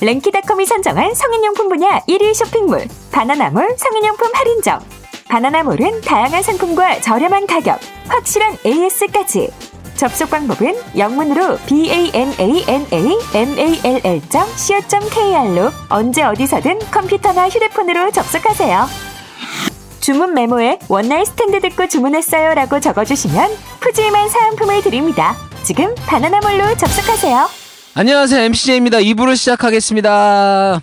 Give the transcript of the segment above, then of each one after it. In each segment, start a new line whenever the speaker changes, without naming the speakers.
랭키닷컴이 선정한 성인용품 분야 1위 쇼핑몰 바나나몰 성인용품 할인점. 바나나몰은 다양한 상품과 저렴한 가격, 확실한 AS까지. 접속 방법은 영문으로 b a n a n a m a l l c o k r 로 언제 어디서든 컴퓨터나 휴대폰으로 접속하세요. 주문 메모에 원나잇 스탠드 듣고 주문했어요라고 적어주시면 푸짐한 사은품을 드립니다. 지금 바나나몰로 접속하세요.
안녕하세요 MCJ입니다. 2부를 시작하겠습니다.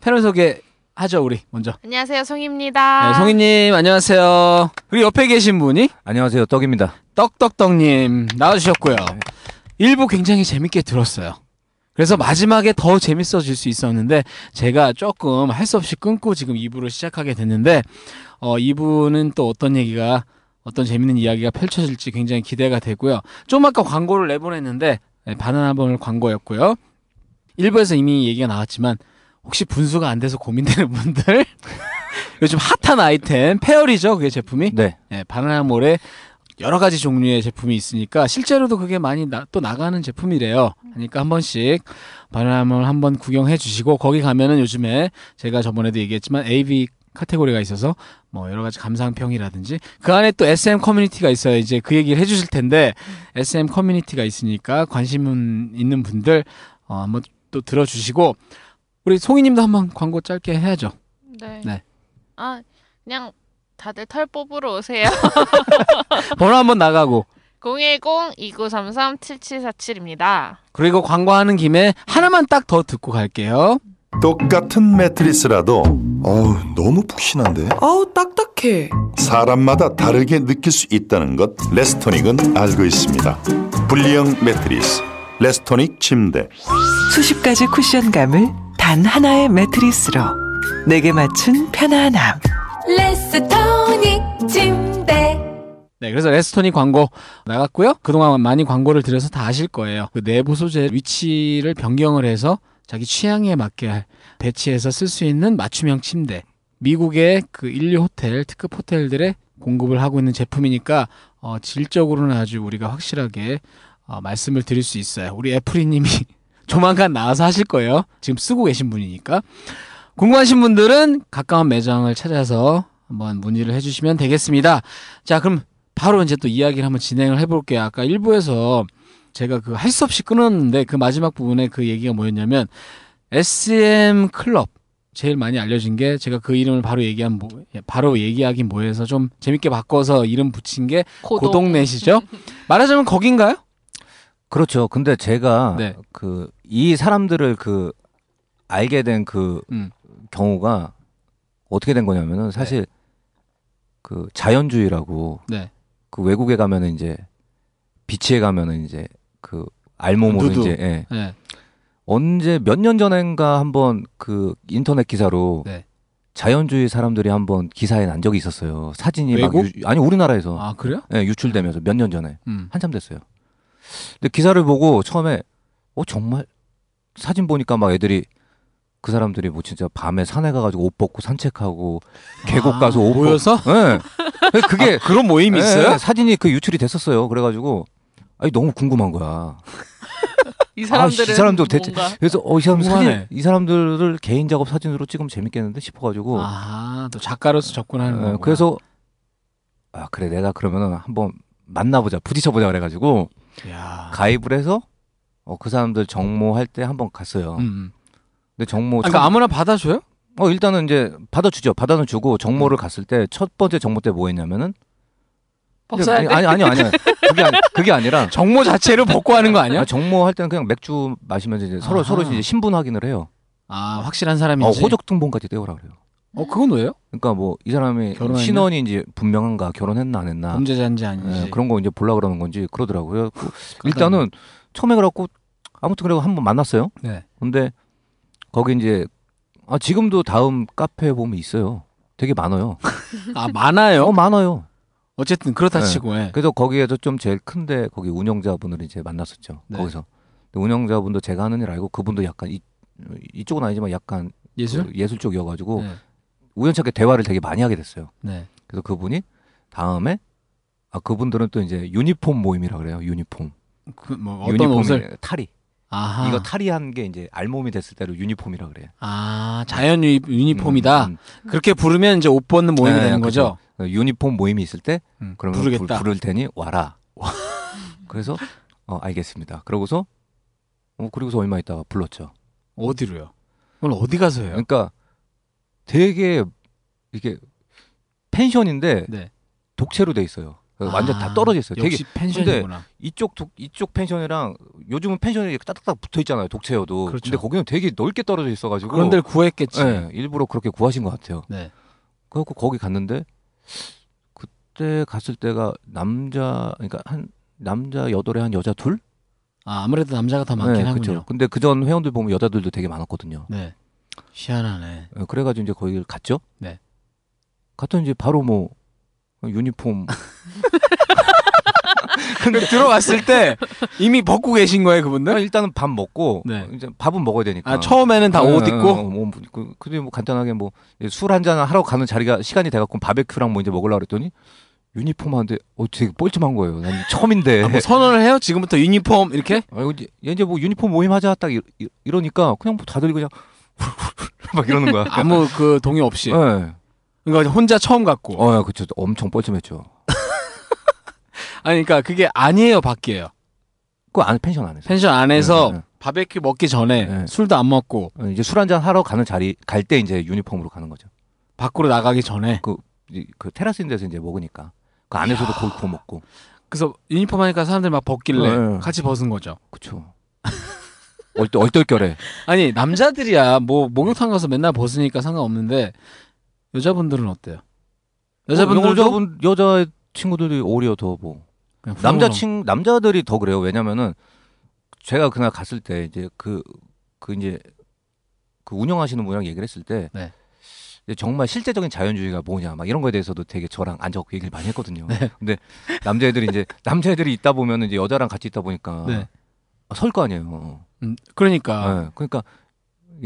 패널 소개 하죠 우리 먼저.
안녕하세요, 송입니다.
네, 성희님 안녕하세요. 그리고 옆에 계신 분이
안녕하세요 떡입니다.
떡떡떡님 나와주셨고요. 일부 굉장히 재밌게 들었어요. 그래서 마지막에 더 재밌어질 수 있었는데 제가 조금 할 수 없이 끊고 지금 2부를 시작하게 됐는데 어, 2부는 또 어떤 얘기가 어떤 재밌는 이야기가 펼쳐질지 굉장히 기대가 되고요. 좀 아까 광고를 내보냈는데 네, 바나나번을 광고였고요. 1부에서 이미 얘기가 나왔지만 혹시 분수가 안 돼서 고민되는 분들 요즘 핫한 아이템 페어리죠 그게 제품이
네.
예, 바나나몰에 여러 가지 종류의 제품이 있으니까 실제로도 그게 많이 나- 또 나가는 제품이래요. 그러니까 한 번씩 바나나몰 한번 구경해 주시고 거기 가면은 요즘에 제가 저번에도 얘기했지만 AV 카테고리가 있어서 뭐 여러 가지 감상평이라든지 그 안에 또 SM 커뮤니티가 있어요. 이제 그 얘기를 해 주실 텐데 SM 커뮤니티가 있으니까 관심 있는 분들 어, 한번 또 들어 주시고 우리 송이 님도 한번 광고 짧게 해야죠.
네.
네.
아, 그냥 다들 털 뽑으러 오세요.
번호 한번 나가고
010-2933-7747입니다.
그리고 광고하는 김에 하나만 딱 더 듣고 갈게요.
똑같은 매트리스라도 어우 너무 푹신한데
아우 딱딱해.
사람마다 다르게 느낄 수 있다는 것 레스토닉은 알고 있습니다. 분리형 매트리스 레스토닉 침대
수십 가지 쿠션감을 단 하나의 매트리스로 내게 맞춘 편안함.
레스토닉 침대
네, 그래서 레스토닉 광고 나갔고요. 그동안 많이 광고를 드려서 다 아실 거예요. 그 내부 소재 위치를 변경을 해서 자기 취향에 맞게 할- 배치해서 쓸 수 있는 맞춤형 침대. 미국의 그 인류 호텔, 특급 호텔들의 공급을 하고 있는 제품이니까 어, 질적으로는 아주 우리가 확실하게 어, 말씀을 드릴 수 있어요. 우리 애프리님이 조만간 나와서 하실 거예요. 지금 쓰고 계신 분이니까. 궁금하신 분들은 가까운 매장을 찾아서 한번 문의를 해주시면 되겠습니다. 자, 그럼 바로 이제 또 이야기를 한번 진행을 해볼게요. 아까 1부에서 제가 그 할 수 없이 끊었는데 그 마지막 부분에 그 얘기가 뭐였냐면 SM 클럽 제일 많이 알려진 게 제가 그 이름을 바로 얘기한 뭐 바로 얘기하긴 뭐해서 좀 재밌게 바꿔서 이름 붙인 게
고동.
고동넷이죠. 말하자면 거긴가요?
그렇죠. 근데 제가
네.
그 이 사람들을 그 알게 된 그
음.
경우가 어떻게 된 거냐면은 사실 그 자연주의라고
네.
그 외국에 가면은 이제 비치에 가면은 이제 그 알몸으로
누드.
이제 예.
네.
언제 몇 년 전인가 한번 그 인터넷 기사로
네.
자연주의 사람들이 한번 기사에 난 적이 있었어요. 사진이 막
외국?
유- 아니 우리나라에서
아 그래요?
예, 유출되면서 몇 년 전에
음.
한참 됐어요. 근데 기사를 보고 처음에 어 정말 사진 보니까 막 애들이 그 사람들이 뭐 진짜 밤에 산에 가가지고 옷 벗고 산책하고 계곡
아,
가서 옷
모여서? 네.
벗고 예. 근데 그게
그런 모임이
예,
있어요?
사진이 그 유출이 됐었어요. 그래가지고 아니 너무 궁금한 거야.
이 사람들은
아, 이 사람들 대체-
뭔가
그래서 어 이 사람
궁금하네.
사진 이 사람들을 개인 작업 사진으로 찍으면 재밌겠는데 싶어가지고
아, 또 작가로서 접근하는
어,
거.
그래서 아 그래 내가 그러면은 한번 만나보자 부딪혀보자 그래가지고
야.
아. 가입을 해서 어, 그 사람들 정모할 때 한번 갔어요. 어,
음, 음.
근데 정모
아, 그러니까
처음-
아무나 음. 받아줘요?
어 일단은 이제 받아주죠. 받아는 주고 정모를 갔을 때 첫 번째 정모 때 뭐 했냐면은
벗어야
아니
돼.
아니 아니 아니 그게 아니, 그게 아니라
네. 정모 자체를 벗고 하는 거 아니야?
아, 정모 할 때는 그냥 맥주 마시면서 이제 서로
아하.
서로 이제 신분 확인을 해요.
아 확실한
어,
사람인지.
호적 등본까지 떼오라 그래요.
어 그건 왜요?
그러니까 뭐 이 사람이
결혼했나?
신원이 이제 분명한가 결혼했나 안 했나
범죄자인지 아닌지.
예, 그런 거 이제 보려 그러는 건지 그러더라고요. 일단은 처음에 그래갖고 아무튼 그래고 한번 만났어요.
네.
근데 거기 이제 아 지금도 다음 카페 보면 있어요. 되게 많아요.
아 많아요.
어 많아요.
어쨌든 그렇다
네.
치고. 예.
그래서 거기에서 좀 제일 큰데 거기 운영자분을 이제 만났었죠.
네.
거기서 근데 운영자분도 제가 하는 일 알고 그분도 약간 이, 이쪽은 아니지만 약간
예술.
그 예술 쪽이어가지고
네.
우연찮게 대화를 되게 많이 하게 됐어요.
네.
그래서 그분이 다음에 아 그분들은 또 이제 유니폼 모임이라 그래요. 유니폼.
그뭐
유니폼이
어떤 옷을
탈의.
아하.
이거 탈의한 게 이제 알몸이 됐을 때로 유니폼이라 그래요.
아 자연 유니, 유니폼이다.
음, 음.
그렇게 부르면 이제 옷 벗는 모임이
네,
되는 거죠.
어, 유니폼 모임이 있을 때
음,
그러면
부르겠다.
불, 를 테니 와라. 그래서 어 알겠습니다. 그러고서 어 그리고서 얼마 있다가 불렀죠.
어디로요? 오늘 어디 가서 해요?
그러니까 되게 이게 펜션인데
네.
독채로 돼 있어요. 그 완전
아,
다 떨어져 있어요. 되게
역시 펜션이구나.
이쪽 독, 이쪽 펜션이랑 요즘은 펜션이 이렇게 따닥따닥 붙어 있잖아요. 독채여도.
그렇죠.
근데 거기는 되게 넓게 떨어져 있어 가지고
그런 데를 구했겠지. 네.
예, 일부러 그렇게 구하신 것 같아요. 그래갖고 거기 갔는데 그때 갔을 때가 남자 그러니까 한 남자 여덟에 한 여자 둘?
아, 아무래도 남자가 더 많긴
그쵸.
하군요.
근데 그 전 회원들 보면 여자들도 되게 많았거든요.
네. 희한하네.
예, 그래가지고 이제 거기를 갔죠.
네.
갔더니 이제 바로 뭐 유니폼
근데 들어왔을 때 이미 벗고 계신 거예요,
아,
그분들?
일단은 밥 먹고
네.
이제 밥은 먹어야 되니까.
아, 처음에는 다 옷
예, 예, 예,
입고
뭐, 그, 근데 뭐 간단하게 뭐 술 한잔 하러 가는 자리가 시간이 돼갖고 바베큐랑 뭐 이제 먹으려고 그랬더니 유니폼 하는데 어 되게 뻘쭘한 거예요. 난 처음인데.
아, 뭐 선언을 해요? 지금부터 유니폼 이렇게?
아이고 이제 얘 이제 뭐 유니폼 모임 하자 딱 이- 이- 이러니까 그냥 뭐 다들 그냥 막 이러는 거야.
아무 그 동의 없이.
예.
그러니까 혼자 처음 갔고.
네. 어, 그쵸. 엄청 뻘쭘했죠.
아니 그러니까 그게 아니에요, 밖이에요.
그 안 펜션 안에서.
펜션 안에서
네, 네.
바베큐 먹기 전에
네.
술도 안 먹고
어, 이제 술 한잔 하러 가는 자리 갈 때 이제 유니폼으로 가는 거죠.
밖으로 나가기 전에
이제 그 테라스인 데서 이제 먹으니까 그 안에서도 고기 구워 먹고.
그래서 유니폼 하니까 사람들이 막 벗길래
네.
같이 벗은 거죠.
그쵸. 얼떨 얼떨결에.
아니 남자들이야 뭐 목욕탕 가서 맨날 벗으니까 상관없는데 여자분들은 어때요? 여자분들도
어, 여자분 여자 친구들이 오히려 더 뭐.
그냥 후렴구로-
남자 친 남자들이 더 그래요. 왜냐면은 제가 그날 갔을 때 이제 그 그 이제 그 운영하시는 분이랑 얘기를 했을 때
네.
이제 정말 실제적인 자연주의가 뭐냐 막 이런 거에 대해서도 되게 저랑 앉아서 얘기를 많이 했거든요.
네.
근데 남자애들이 이제 남자애들이 있다 보면 이제 여자랑 같이 있다 보니까 아,
네.
설 거 아니에요.
음, 그러니까
네. 그러니까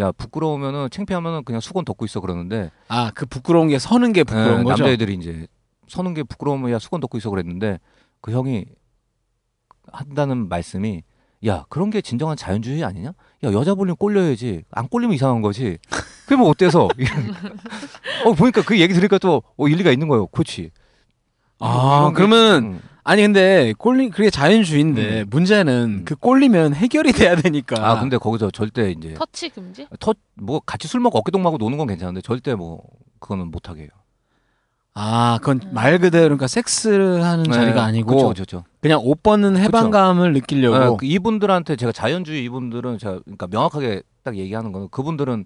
야 부끄러우면은 창피하면은 그냥 수건 덮고 있어 그러는데
아 그 부끄러운 게 서는 게 부끄러운
예,
거죠.
남자애들이 이제 서는 게 부끄러우면 야 수건 덮고 있어 그랬는데 그 형이 한다는 말씀이 야 그런 게 진정한 자연주의 아니냐? 야 여자 볼면 꼴려야지 안 꼴리면 이상한 거지. 그게 뭐 어때서? 이런. 어 보니까 그 얘기 들으니까 또 어, 일리가 있는 거예요. 그렇지.
아
이런 게-
그러면
음.
아니 근데 꼴리 그게 자연주의인데 문제는
음.
그 꼴리면 해결이 돼야 되니까.
아 근데 거기서 절대 이제
터치 금지?
터 뭐 같이 술 먹고 어깨동무하고 노는 건 괜찮은데 절대 뭐 그거는 못 하게 해요.
아, 그건 말 그대로 그러니까 섹스하는 자리가 아니고
그렇죠, 그렇죠.
그냥 옷 벗는 해방감을 느끼려고.
아, 그 이분들한테 제가 자연주의 이분들은 제가 그러니까 명확하게 딱 얘기하는 거는 그분들은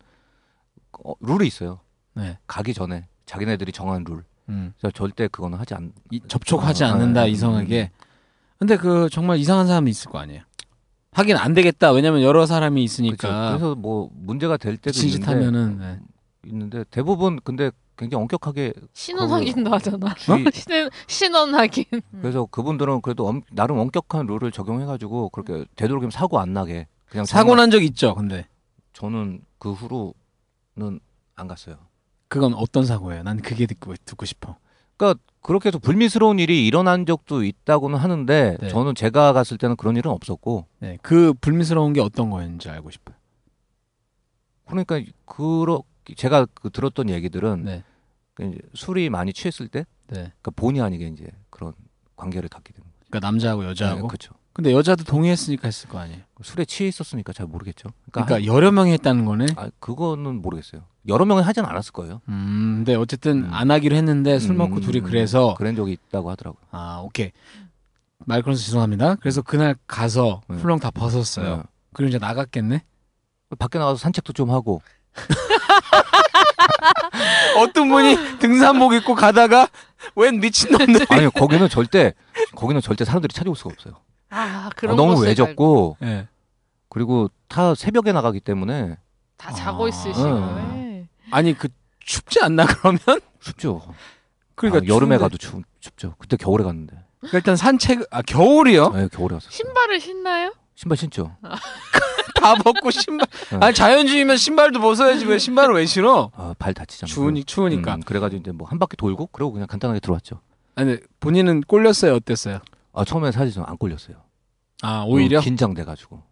어, 룰이 있어요.
네.
가기 전에 자기네들이 정한 룰.
음.
그래서 절대 그거는 하지 않.
이- 접촉하지 않는다
아, 네.
이성에게. 근데 그 정말 이상한 사람이 있을 거 아니에요. 하긴 안 되겠다. 왜냐면 여러 사람이
그렇죠.
있으니까.
그래서 뭐 문제가 될 때도 있는데,
진짓하면은 네.
있는데 대부분 근데 굉장히 엄격하게
신원
그거-
확인도 하잖아.
주의.
신원- 신원 확인.
그래서 그분들은 그래도 엄- 나름 엄격한 룰을 적용해가지고 그렇게 되도록이면 사고 안 나게 그냥
사고
정말-
난 적 있죠. 근데
저는 그 후로는 안 갔어요.
그건 어떤 사고예요? 난 그게 듣고 듣고 싶어.
그렇게 해서 불미스러운 일이 일어난 적도 있다고는 하는데
네.
저는 제가 갔을 때는 그런 일은 없었고
네. 그 불미스러운 게 어떤 거였는지 알고 싶어요.
그러니까 그러 제가 그 들었던 얘기들은
네.
그 이제 술이 많이 취했을 때
네.
그러니까 본의 아니게 이제 그런 관계를 갖게 되는 거죠.
그러니까 남자하고 여자하고.
그렇죠.
근데 여자도 동의했으니까 했을 거 아니에요.
술에 취해 있었으니까 잘 모르겠죠.
그러니까 여러 명이 했다는 거네.
한- 아, 그거는 모르겠어요. 여러 명은 하진 않았을 거예요.
음, 근데 어쨌든
음.
안 하기로 했는데 네, 술 먹고
음,
둘이 그래서
그런 적이 있다고 하더라고요.
아 오케이 말 끊어서 죄송합니다. 그래서 그날 가서
네.
훌렁 다 벗었어요.
네.
그리고 이제 나갔겠네.
밖에 나가서 산책도 좀 하고
어떤 분이 등산복 입고 가다가 웬 미친 놈들.
아니 거기는 절대 거기는 절대 사람들이 찾아올 수가 없어요.
아
어,
그런
너무
곳을 말고
외졌고
예.
그리고 다 새벽에 나가기 때문에
다 자고
아,
있을 시간에.
아니 그 춥지 않나 그러면?
춥죠.
그러니까
아, 여름에
추운데.
가도 추, 춥죠. 그때 겨울에 갔는데.
그러니까 일단 산책 아 겨울이요?
네, 겨울에 갔어요.
신발을 신나요?
신발 신죠.
다 벗고 신발.
네.
아니 자연주의면 신발도 벗어야지 왜 신발을 왜 신어?
아, 발 다치잖아요.
추우니 추우니까.
음, 그래가지고 이제 뭐 한 바퀴 돌고 그러고 그냥 간단하게 들어왔죠.
아니 본인은 꼴렸어요 어땠어요?
아 처음에 사실 좀 안 꼴렸어요.
아 오히려
너무 긴장돼가지고.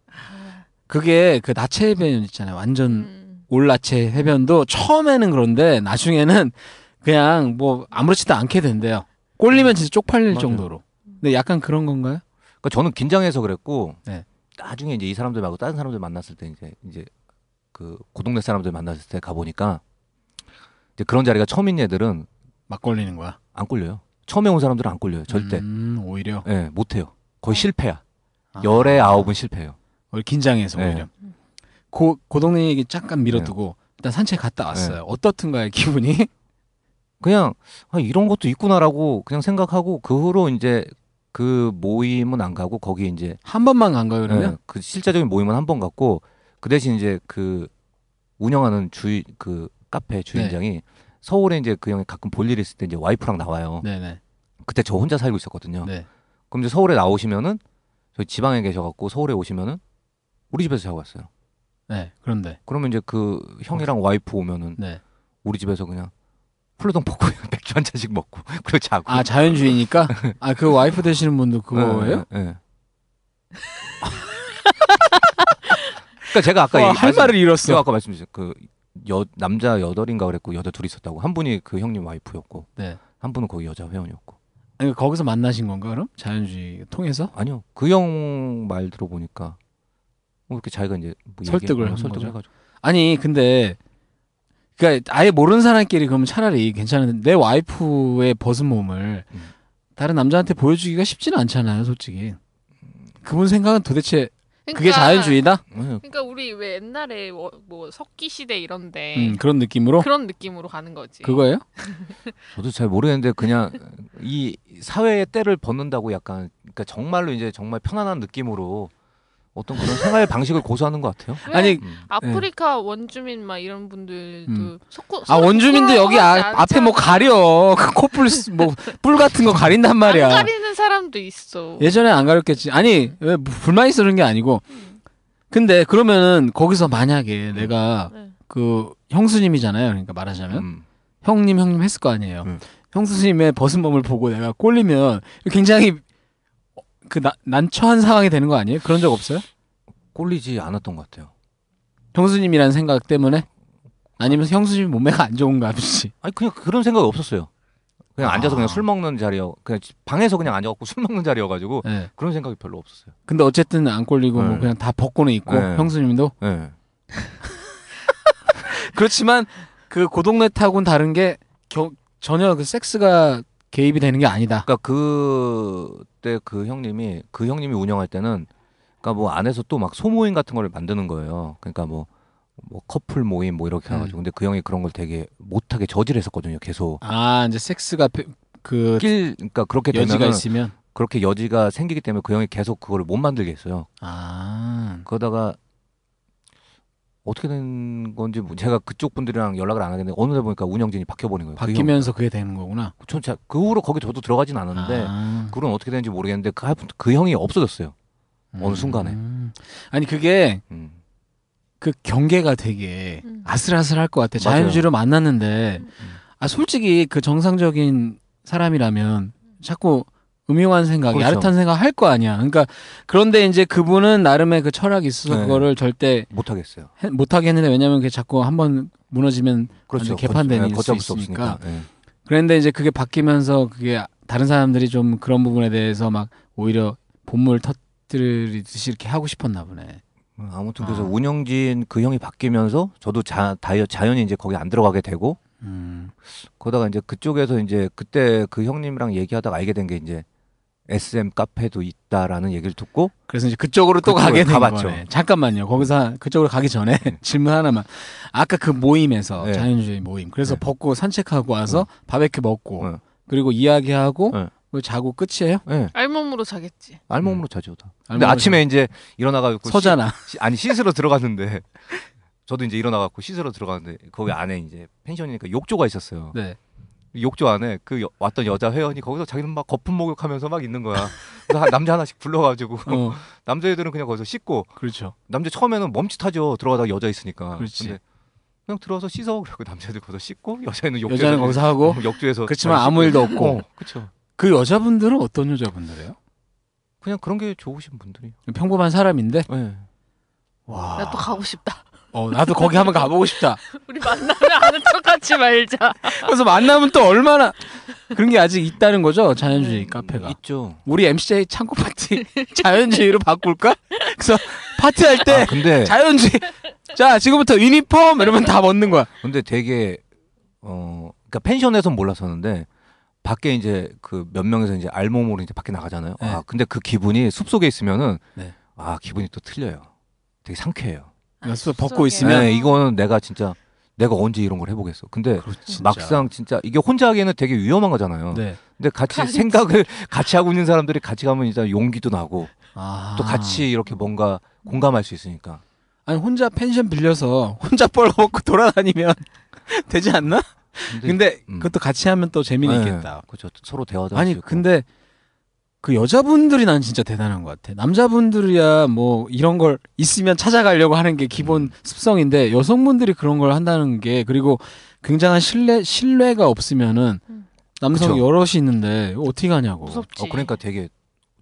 그게 그 나체 해변 있잖아요. 완전
음.
올 나체 해변도 처음에는 그런데 나중에는 그냥 뭐 아무렇지도 않게 된대요. 꼴리면 진짜 쪽팔릴
맞아요.
정도로. 근데 약간 그런 건가요?
그러니까 저는 긴장해서 그랬고
네.
나중에 이제 이 사람들 말고 다른 사람들 만났을 때 이제 이제 그 고동네 사람들 만났을 때 가보니까 이제 그런 자리가 처음인 애들은
막 걸리는 거야.
안 꼴려요. 처음에 온 사람들은 안 꼴려요. 절대.
음, 오히려.
예, 못해요. 거의 실패야.
아.
열의 아홉은 실패예요.
오히려 긴장해서
네.
오히려. 고 고동네 얘기 잠깐 밀어두고 일단 산책 갔다 왔어요.
네.
어떻든가요 기분이?
그냥 아, 이런 것도 있구나라고 그냥 생각하고 그 후로 이제 그 모임은 안 가고 거기 이제
한 번만 간 거예요 그러면?
예, 그 실제적인 모임은 한 번 갔고 그 대신 이제 그 운영하는 주인 그 카페 주인장이
네.
서울에 이제 그 형이 가끔 볼 일 있을 때 이제 와이프랑 나와요.
네네.
그때 저 혼자 살고 있었거든요.
네.
그럼 이제 서울에 나오시면은 저희 지방에 계셔갖고 서울에 오시면은 우리 집에서 자고 왔어요.
네. 그런데.
그러면 이제 그 형이랑 와이프 오면은
네.
우리 집에서 그냥 플루동 먹고 맥주 한 잔씩 먹고 그리고 자고.
아 자연주의니까. 아 그 와이프 되시는 분도 그거예요?
예, 예, 예. 그러니까 제가 아까
와,
얘기-
할
말씀-
말을 잃었어.
제가 아까 말씀드렸죠. 그 여, 남자 여덟인가 그랬고 여자 둘이 있었다고. 한 분이 그 형님 와이프였고
네.
한 분은 거기 여자 회원이었고.
아니 거기서 만나신 건가 그럼? 자연주의 통해서?
아니요. 그 형 말 들어보니까 뭐 이렇게 자기가 이제 뭐
설득을
얘기했구나,
한
설득을
거죠.
해가지고.
아니 근데 그러니까 아예 모르는 사람끼리 그러면 차라리 괜찮은데 내 와이프의 벗은 몸을
음.
다른 남자한테 보여주기가 쉽지는 않잖아요, 솔직히. 그분 생각은 도대체
그러니까,
그게 자연주의다?
네.
그러니까 우리 왜 옛날에 뭐, 뭐 석기 시대 이런데
음, 그런 느낌으로
예. 그런 느낌으로 가는 거지.
그거예요?
저도 잘 모르겠는데 그냥 이 사회의 때를 벗는다고 약간 그러니까 정말로 이제 정말 편안한 느낌으로 어떤 그런 생활 방식을 고수하는 것 같아요.
왜
아니
음.
아프리카 원주민 막 이런 분들도
음.
속고
아 원주민들 여기 아, 앞에 뭐 가려 그 코뿔 뭐 뿔 같은 거 가린단 말이야.
안 가리는 사람도 있어.
예전에 안 가렸겠지. 아니 왜 불만 있어 그런 게 아니고. 근데 그러면은 거기서 만약에 내가
네.
그 형수님이잖아요. 그러니까 말하자면
음.
형님 형님 했을 거 아니에요.
음.
형수님의 벗은 몸을 보고 내가 꼴리면 굉장히 그 나- 난처한 상황이 되는 거 아니에요? 그런 적 없어요?
꼴리지 않았던 것 같아요.
형수님이라는 생각 때문에 아니면 형수님 몸매가 안 좋은가 보지.
아니 그냥 그런 생각이 없었어요. 그냥
아.
앉아서 그냥 술 먹는 자리여. 그냥 지- 방에서 그냥 앉아갖고 술 먹는 자리여가지고
예.
그런 생각이 별로 없었어요.
근데 어쨌든 안 꼴리고 뭐
네.
그냥 다 벗고는 있고
네.
형수님도
예.
그렇지만 그 고동네 타고는 다른 게 겨- 전혀 그 섹스가 개입이 되는 게 아니다.
그러니까 그때 그 형님이 그 형님이 운영할 때는 그러니까 뭐 안에서 또 막 소모임 같은 걸 만드는 거예요. 그러니까 뭐, 뭐 커플 모임 뭐 이렇게
음.
해가지고 근데 그 형이 그런 걸 되게 못하게 저질했었거든요. 계속
아 이제 섹스가 배- 그
낄 그러니까 그렇게
여지가
되면
있으면
그렇게 여지가 생기기 때문에 그 형이 계속 그거를 못 만들게 했어요.
아
그러다가 어떻게 된 건지 뭐 제가 그쪽 분들이랑 연락을 안 하겠는데 어느 날 보니까 운영진이 바뀌어버린 거예요. 그 형.
바뀌면서 그게 되는 거구나.
전 자- 그 후로 거기 저도 들어가진 않았는데
아.
그후는 어떻게 되는지 모르겠는데 그, 하여튼 그 형이 없어졌어요. 어느 순간에.
음. 아니 그게
음.
그 경계가 되게
음.
아슬아슬할 것 같아.
맞아요.
자연주의로 만났는데 아 솔직히 그 정상적인 사람이라면 자꾸 음흉한 생각,
그렇죠.
야릇한 생각 할 거 아니야. 그러니까 그런데 이제 그분은 나름의 그 철학이 있어서
네.
그거를 절대
못하겠어요.
해- 못하게 했는데 왜냐면 그게 자꾸 한번 무너지면
그렇죠.
완전 개판된
거-
일일
걷잡을
수
수 없으니까. 예.
그런데 이제 그게 바뀌면서 그게 다른 사람들이 좀 그런 부분에 대해서 막 오히려 본물 터뜨리듯이 이렇게 하고 싶었나 보네.
음, 아무튼 그래서
아.
운영진 그 형이 바뀌면서 저도 자, 다이, 자연히 이제 거기 안 들어가게 되고
음.
그러다가 이제 그쪽에서 이제 그때 그 형님이랑 얘기하다가 알게 된 게 이제 SM 카페도 있다라는 얘기를 듣고
그래서 이제 그쪽으로 또
그쪽으로
가게 된
가봤죠.
거네. 잠깐만요. 거기서 하- 그쪽으로 가기 전에 질문 하나만. 아까 그 모임에서
네.
자연주의 모임. 그래서
네.
벗고 산책하고 와서 바베큐 먹고
네.
그리고 이야기하고
네.
그리고 자고 끝이에요?
예.
알몸으로 자겠지.
알몸으로 자죠 다.
음.
근데
알몸으로
아침에 이제 일어나가지고
서잖아.
그 시- 아니 씻으러 들어갔는데 저도 이제 일어나갖고 씻으러 들어갔는데 거기 안에 이제 펜션이니까 욕조가 있었어요.
네.
욕조 안에 그 여- 왔던 여자 회원이 거기서 자기는 막 거품 목욕하면서 막 있는 거야. 그래서 한- 남자 하나씩 불러가지고
어,
남자애들은 그냥 거기서 씻고
그렇죠.
남자 처음에는 멈칫하죠. 들어가다가 여자 있으니까.
그렇지.
그냥 들어와서 씻어 그러고 남자애들 거기서 씻고 여자애는 욕조에서
여자는 거기서 하고
어, 욕조에서
그렇지만
씻고.
아무 일도 없고.
어, 그렇죠.
그 여자분들은 어떤 여자분들이에요?
그냥 그런 게 좋으신 분들이.
네, 평범한 사람인데
예.
와.
나
아.
또 가고 싶다.
어, 나도 거기 한번 가보고 싶다.
우리 만나면 아는 척하지 말자.
그래서 만나면 또 얼마나 그런 게 아직 있다는 거죠 자연주의 카페가.
있죠.
우리 MCJ 창고 파티 자연주의로 바꿀까? 그래서 파티할 때
아, 근데
네. 자연주의. 자 지금부터 유니폼 이러면 다 벗는 거야.
근데 되게 어 그러니까 펜션에선 몰랐었는데 밖에 이제 그 몇 명에서 이제 알몸으로 이제 밖에 나가잖아요.
네.
아 근데 그 기분이 숲 속에 있으면은
네.
아 기분이 또 틀려요. 되게 상쾌해요.
연습
속에.
벗고 있으면
네, 이거는 내가 진짜 내가 언제 이런 걸 해보겠어. 근데
아, 그렇지.
막상 진짜 이게 혼자 하기에는 되게 위험한 거잖아요.
네.
근데 같이 생각을 같이 하고 있는 사람들이 같이 가면 일단 용기도 나고
아.
또 같이 이렇게 뭔가 공감할 수 있으니까.
아니 혼자 펜션 빌려서 혼자 뻘거벗고 돌아다니면 되지 않나? 근데
음.
그것도 같이 하면 또 재미는 있겠다.
그렇죠. 서로 대화도 할수
아니
있고.
근데 그 여자분들이 난 진짜 대단한 것 같아. 남자분들이야 뭐 이런 걸 있으면 찾아가려고 하는 게 기본
음.
습성인데 여성분들이 그런 걸 한다는 게 그리고 굉장한 신뢰 신뢰가 없으면은
음.
남성
그쵸.
여럿이 있는데 이거 어떻게 하냐고.
무섭지.
어 그러니까 되게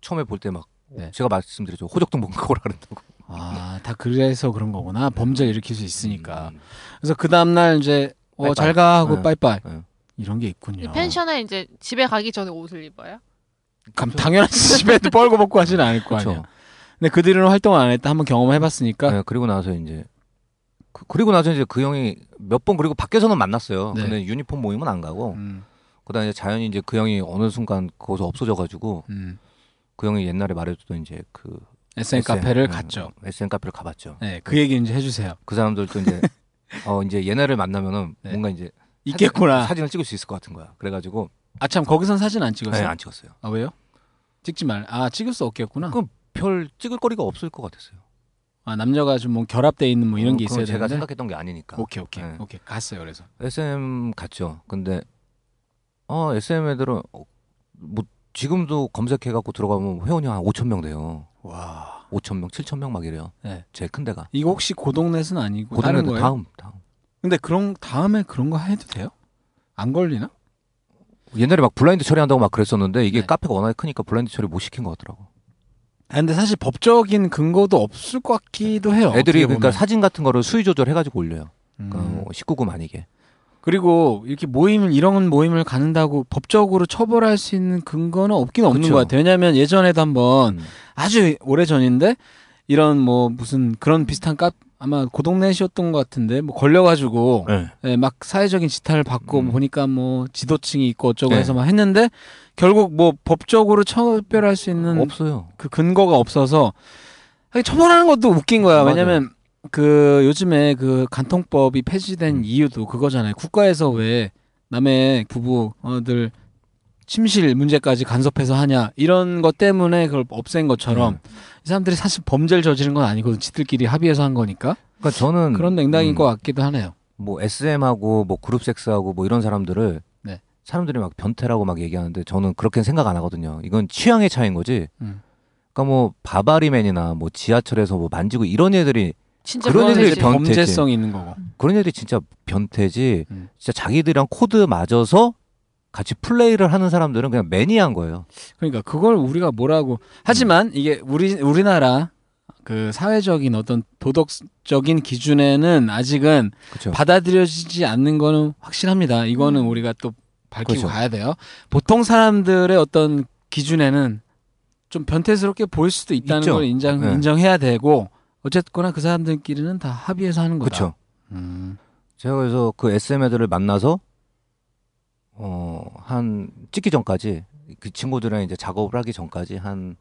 처음에 볼 때 막
네.
제가 말씀드렸죠. 호적동 뭔가 오라 그랬다고.
아다 그래서 그런 거구나. 범죄를 일으킬 수 있으니까.
네. 음.
그래서 그 다음 날 이제 어,
빠이빠이.
잘가 하고
네.
빠이빠이
네.
이런 게
이
있군요.
펜션에 이제 집에 가기 전에 옷을 입어요?
감 당연하지 집에도 뻘고 벗고 하지는 않을 거
그렇죠.
아니야. 근데 그들은 활동 안 했다 한번 경험해봤으니까
네, 그리고 나서 이제 그, 그리고 나서 이제 그 형이 몇 번 그리고 밖에서는 만났어요.
네.
근데 유니폼 모임은 안 가고
음,
그다음에 이제 자연히 이제 그 형이 어느 순간 거기서 없어져가지고
음.
그 형이 옛날에 말해줬던 이제 그
SN 카페를
음,
갔죠.
SN 카페를 가봤죠.
네, 그 얘기 이제 해주세요.
그 사람들도 이제 어 이제 얘네를 만나면은
네.
뭔가 이제
있겠구나.
사진, 을 찍을 수 있을 것 같은 거야. 그래가지고
아 참 거기선 사진 안
네,
찍었어요.
안 찍었어요.
아 왜요? 찍지 말. 아 찍을 수 없겠구나.
그럼 별 찍을 거리가 없을 것 같았어요.
아 남녀가 좀 뭐 결합돼 있는 뭐 이런 게
어,
있어야
그건 제가
되는데.
생각했던 게 아니니까.
오케이 오케이
네.
오케이 갔어요. 그래서
SM 갔죠. 근데 어 SM 애들은 어, 뭐 지금도 검색해갖고 들어가면 회원이 한 5천 명 돼요.
와
5천 명, 7천 명 막 이래요.
네.
제일 큰 데가.
이거 혹시 그 고동넷은 아니고 다른
고등학교
거예요?
다음 다음.
근데 그런 다음에 그런 거 해도 돼요? 안 걸리나?
옛날에 막 블라인드 처리한다고 막 그랬었는데 이게
네.
카페가 워낙 크니까 블라인드 처리 못 시킨 것 같더라고.
아, 근데 사실 법적인 근거도 없을 것 같기도 해요.
애들이
아, 어떻게
그러니까
보면.
사진 같은 거를 수위 조절해가지고 올려요.
음.
그러니까 19금 아니게.
그리고 이렇게 모임을 이런 모임을 가는다고 법적으로 처벌할 수 있는 근거는 없긴 없는
그쵸.
것 같아요. 왜냐하면 예전에도 한번
음.
아주 오래 전인데 이런 뭐 무슨 그런 비슷한 값 아마 그 고동넷이었던 것 같은데 뭐 걸려가지고
네.
예, 막 사회적인 지탄을 받고
음.
보니까 뭐 지도층이 있고 어쩌고
네.
해서 막 했는데 결국 뭐 법적으로 처벌할 수 있는
없어요.
그 근거가 없어서 하긴 처벌하는 것도 웃긴 거야.
맞아요.
왜냐면 그 요즘에 그 간통법이 폐지된
음.
이유도 그거잖아요. 국가에서 왜 남의 부부들 침실 문제까지 간섭해서 하냐 이런 것 때문에 그걸 없앤 것처럼
음.
이 사람들이 사실 범죄를 저지른 건 아니거든. 지들끼리 합의해서 한 거니까
그러니까 저는
그런 냉담인
음,
것 같기도 하네요.
뭐 SM하고 뭐 그룹 섹스하고 뭐 이런 사람들을
네.
사람들이 막 변태라고 막 얘기하는데 저는 그렇게 생각 안 하거든요. 이건 취향의 차이인 거지.
음.
그러니까 뭐 바바리맨이나 뭐 지하철에서 뭐 만지고 이런 애들이
진짜
그런
그런
애들이
이제
애들이
변- 변태지.
범죄성이 있는 거고.
그런 애들이 진짜 변태지.
음.
진짜 자기들이랑 코드 맞아서 같이 플레이를 하는 사람들은 그냥 매니아인 거예요.
그러니까 그걸 우리가 뭐라고 하지만 이게 우리 우리나라 그 사회적인 어떤 도덕적인 기준에는 아직은
그렇죠.
받아들여지지 않는 거는 확실합니다. 이거는 우리가 또 밝히고
그렇죠.
가야 돼요. 보통 사람들의 어떤 기준에는 좀 변태스럽게 보일 수도 있다는
있죠.
걸 인정
네.
인정해야 되고 어쨌거나 그 사람들끼리는 다 합의해서 하는 거다.
그렇죠.
음.
제가 그래서 그 SM 애들을 만나서 어한 찍기 전까지 그 친구들이랑 이제 작업을 하기 전까지 한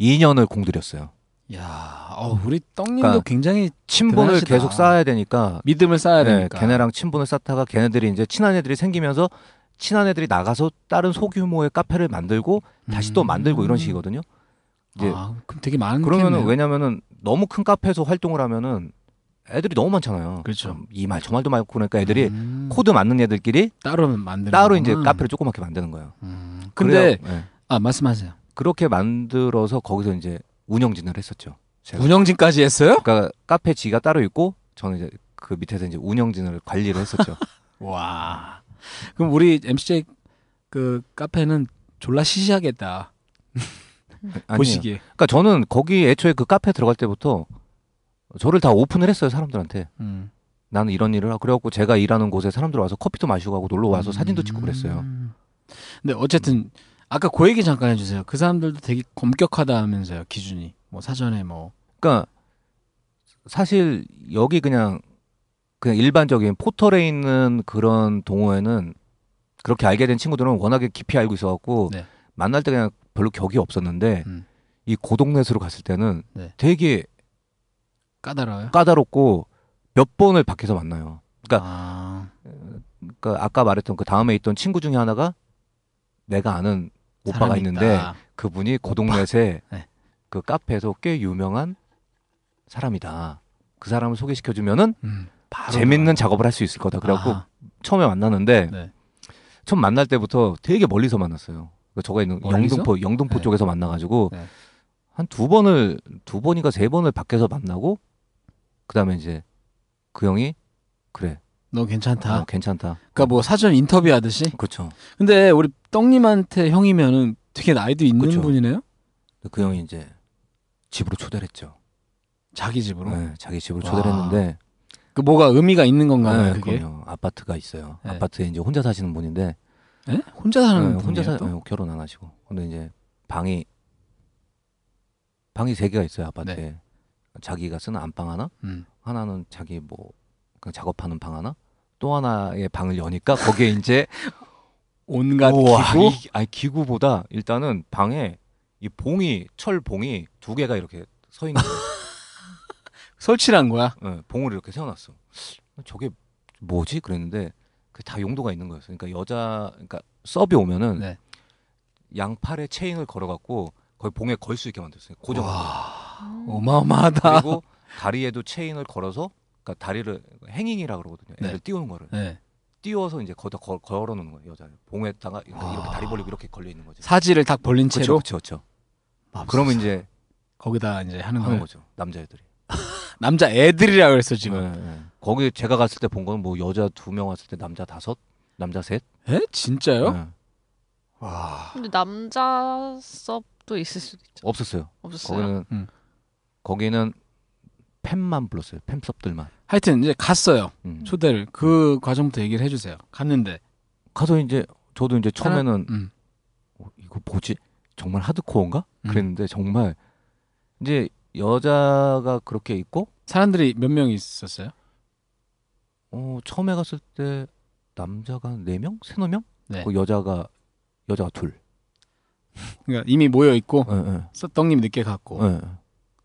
2년을 공들였어요.
야, 어, 우리 떡님도
그러니까
굉장히
친분을
대단하시다.
계속 쌓아야 되니까
믿음을 쌓아야
네,
되니까.
걔네랑 친분을 쌓다가 걔네들이 이제 친한 애들이 생기면서 친한 애들이 나가서 다른 소규모의 카페를 만들고 다시 또
음.
만들고 이런 식이거든요. 이제
아, 그럼 되게 많은
그러면은 왜냐면은 너무 큰 카페에서 활동을 하면은 애들이 너무 많잖아요.
그렇죠.
그럼 이 말 저 말도 많고 그러니까 애들이
음.
코드 맞는 애들끼리
따로 만드는
따로 이제
거구나.
카페를 조그맣게 만드는 거예요.
음, 근데
그래야- 예.
아 말씀하세요.
그렇게 만들어서 거기서 이제 운영진을 했었죠. 제가.
운영진까지 했어요?
그러니까 카페 지가 따로 있고 저는 이제 그 밑에서 이제 운영진을 관리를 했었죠.
와. 그럼 우리 MCJ 그 카페는 졸라 시시하겠다.
아니에요.
보시기에.
그러니까 저는 거기 애초에 그 카페 들어갈 때부터 저를 다 오픈을 했어요 사람들한테.
음.
나는 이런 일을 하고 그래갖고 제가 일하는 곳에 사람들 와서 커피도 마시고 하고 놀러 와서 사진도 찍고 그랬어요.
음. 근데 어쨌든 아까 그 얘기 잠깐 해주세요. 그 사람들도 되게 엄격하다 하면서요 기준이 뭐 사전에 뭐
그러니까 사실 여기 그냥 그냥 일반적인 포털에 있는 그런 동호회는 그렇게 알게 된 친구들은 워낙에 깊이 알고 있어갖고
네.
만날 때 그냥 별로 격이 없었는데
음.
이 고동넷으로 갔을 때는
네.
되게
까다로워요.
까다롭고 몇 번을 밖에서 만나요. 그러니까,
아,
그러니까 아까 말했던 그 다음에 있던 친구 중에 하나가 내가 아는 오빠가
사람이
있는데
있다.
그분이 고동넷에
네.
그 카페에서 꽤 유명한 사람이다. 그 사람을 소개시켜주면은
음, 바로
재밌는 작업을 할 수 있을 거다. 그래갖고
아,
처음에 만나는데
네.
처음 만날 때부터 되게 멀리서 만났어요. 그 저가 있는
멀리서?
영등포 영등포
네.
쪽에서 만나가지고
네.
한 두 번을 두 번인가 세 번을 밖에서 만나고 그다음에 이제 그 형이 그래
너 괜찮다. 네.
어, 괜찮다.
그러니까 뭐 사전 인터뷰 하듯이.
그렇죠.
근데 우리 떡님한테 형이면은 되게 나이도 있는
그쵸.
분이네요.
그 형이 이제 집으로 초대를 했죠.
자기 집으로.
네, 자기 집으로
와.
초대를 했는데
그 뭐가 의미가 있는 건가요?
네,
그게
그럼요. 아파트가 있어요.
네.
아파트에 이제 혼자 사시는 분인데
예? 혼자 사는
네, 혼자 사
분이에요, 또?
네, 결혼 안 하시고 근데 이제 방이 방이 세 개가 있어요 아파트에 자기가 쓰는 안방 하나
음.
하나는 자기 뭐 그냥 작업하는 방 하나 또 하나의 방을 여니까 거기에 이제
온갖 기구.
기구 아, 아니 기구보다 일단은 방에 이 봉이 철 봉이 두 개가 이렇게 서 있는 거예요.
설치한 거야.
예, 봉을 이렇게 세워놨어. 저게 뭐지? 그랬는데 그 다 용도가 있는 거였어. 그러니까 여자, 그러니까 서비 오면은
네.
양팔에 체인을 걸어갖고 거의 봉에 걸 수 있게 만들었어요. 고정.
와,
음.
어마어마하다.
그리고 다리에도 체인을 걸어서 그러니까 다리를 행잉이라 그러거든요. 애들
네.
띄우는 거를
네.
띄워서 이제 거기다 걸, 걸어놓는 거예요. 여자를 봉에다가 이렇게,
와.
이렇게 다리 벌리고 이렇게 걸려 있는 거지.
사지를 딱 벌린
그렇죠,
채로. 아,
그렇죠, 그렇죠.
맙소사.
그러면 이제
거기다 이제 하는
하는
거예요.
거죠. 남자애들이.
남자 애들이라 그랬어 네. 지금.
네, 네. 거기 제가 갔을 때 본 건 뭐 여자 두 명 왔을 때 남자 다섯, 남자 셋.
에? 진짜요?
네.
와.
근데 남자 섭도 있을 수도 있죠.
없었어요.
없었어요.
거기는
음.
거기는 팬만 불렀어요. 팬섭들만.
하여튼 이제 갔어요.
음.
초대를 그 과정부터 얘기를 해주세요. 갔는데
가서 이제 저도 이제 처음에는
음.
어, 이거 뭐지? 정말 하드코어인가?
음.
그랬는데 정말 이제 여자가 그렇게 있고
사람들이 몇 명 있었어요?
어, 처음에 갔을 때 남자가 한 4명? 세네 명
네.
그 여자가 여자가 둘.
그러니까 이미 모여 있고
예, 예.
떡님 늦게 갔고
예.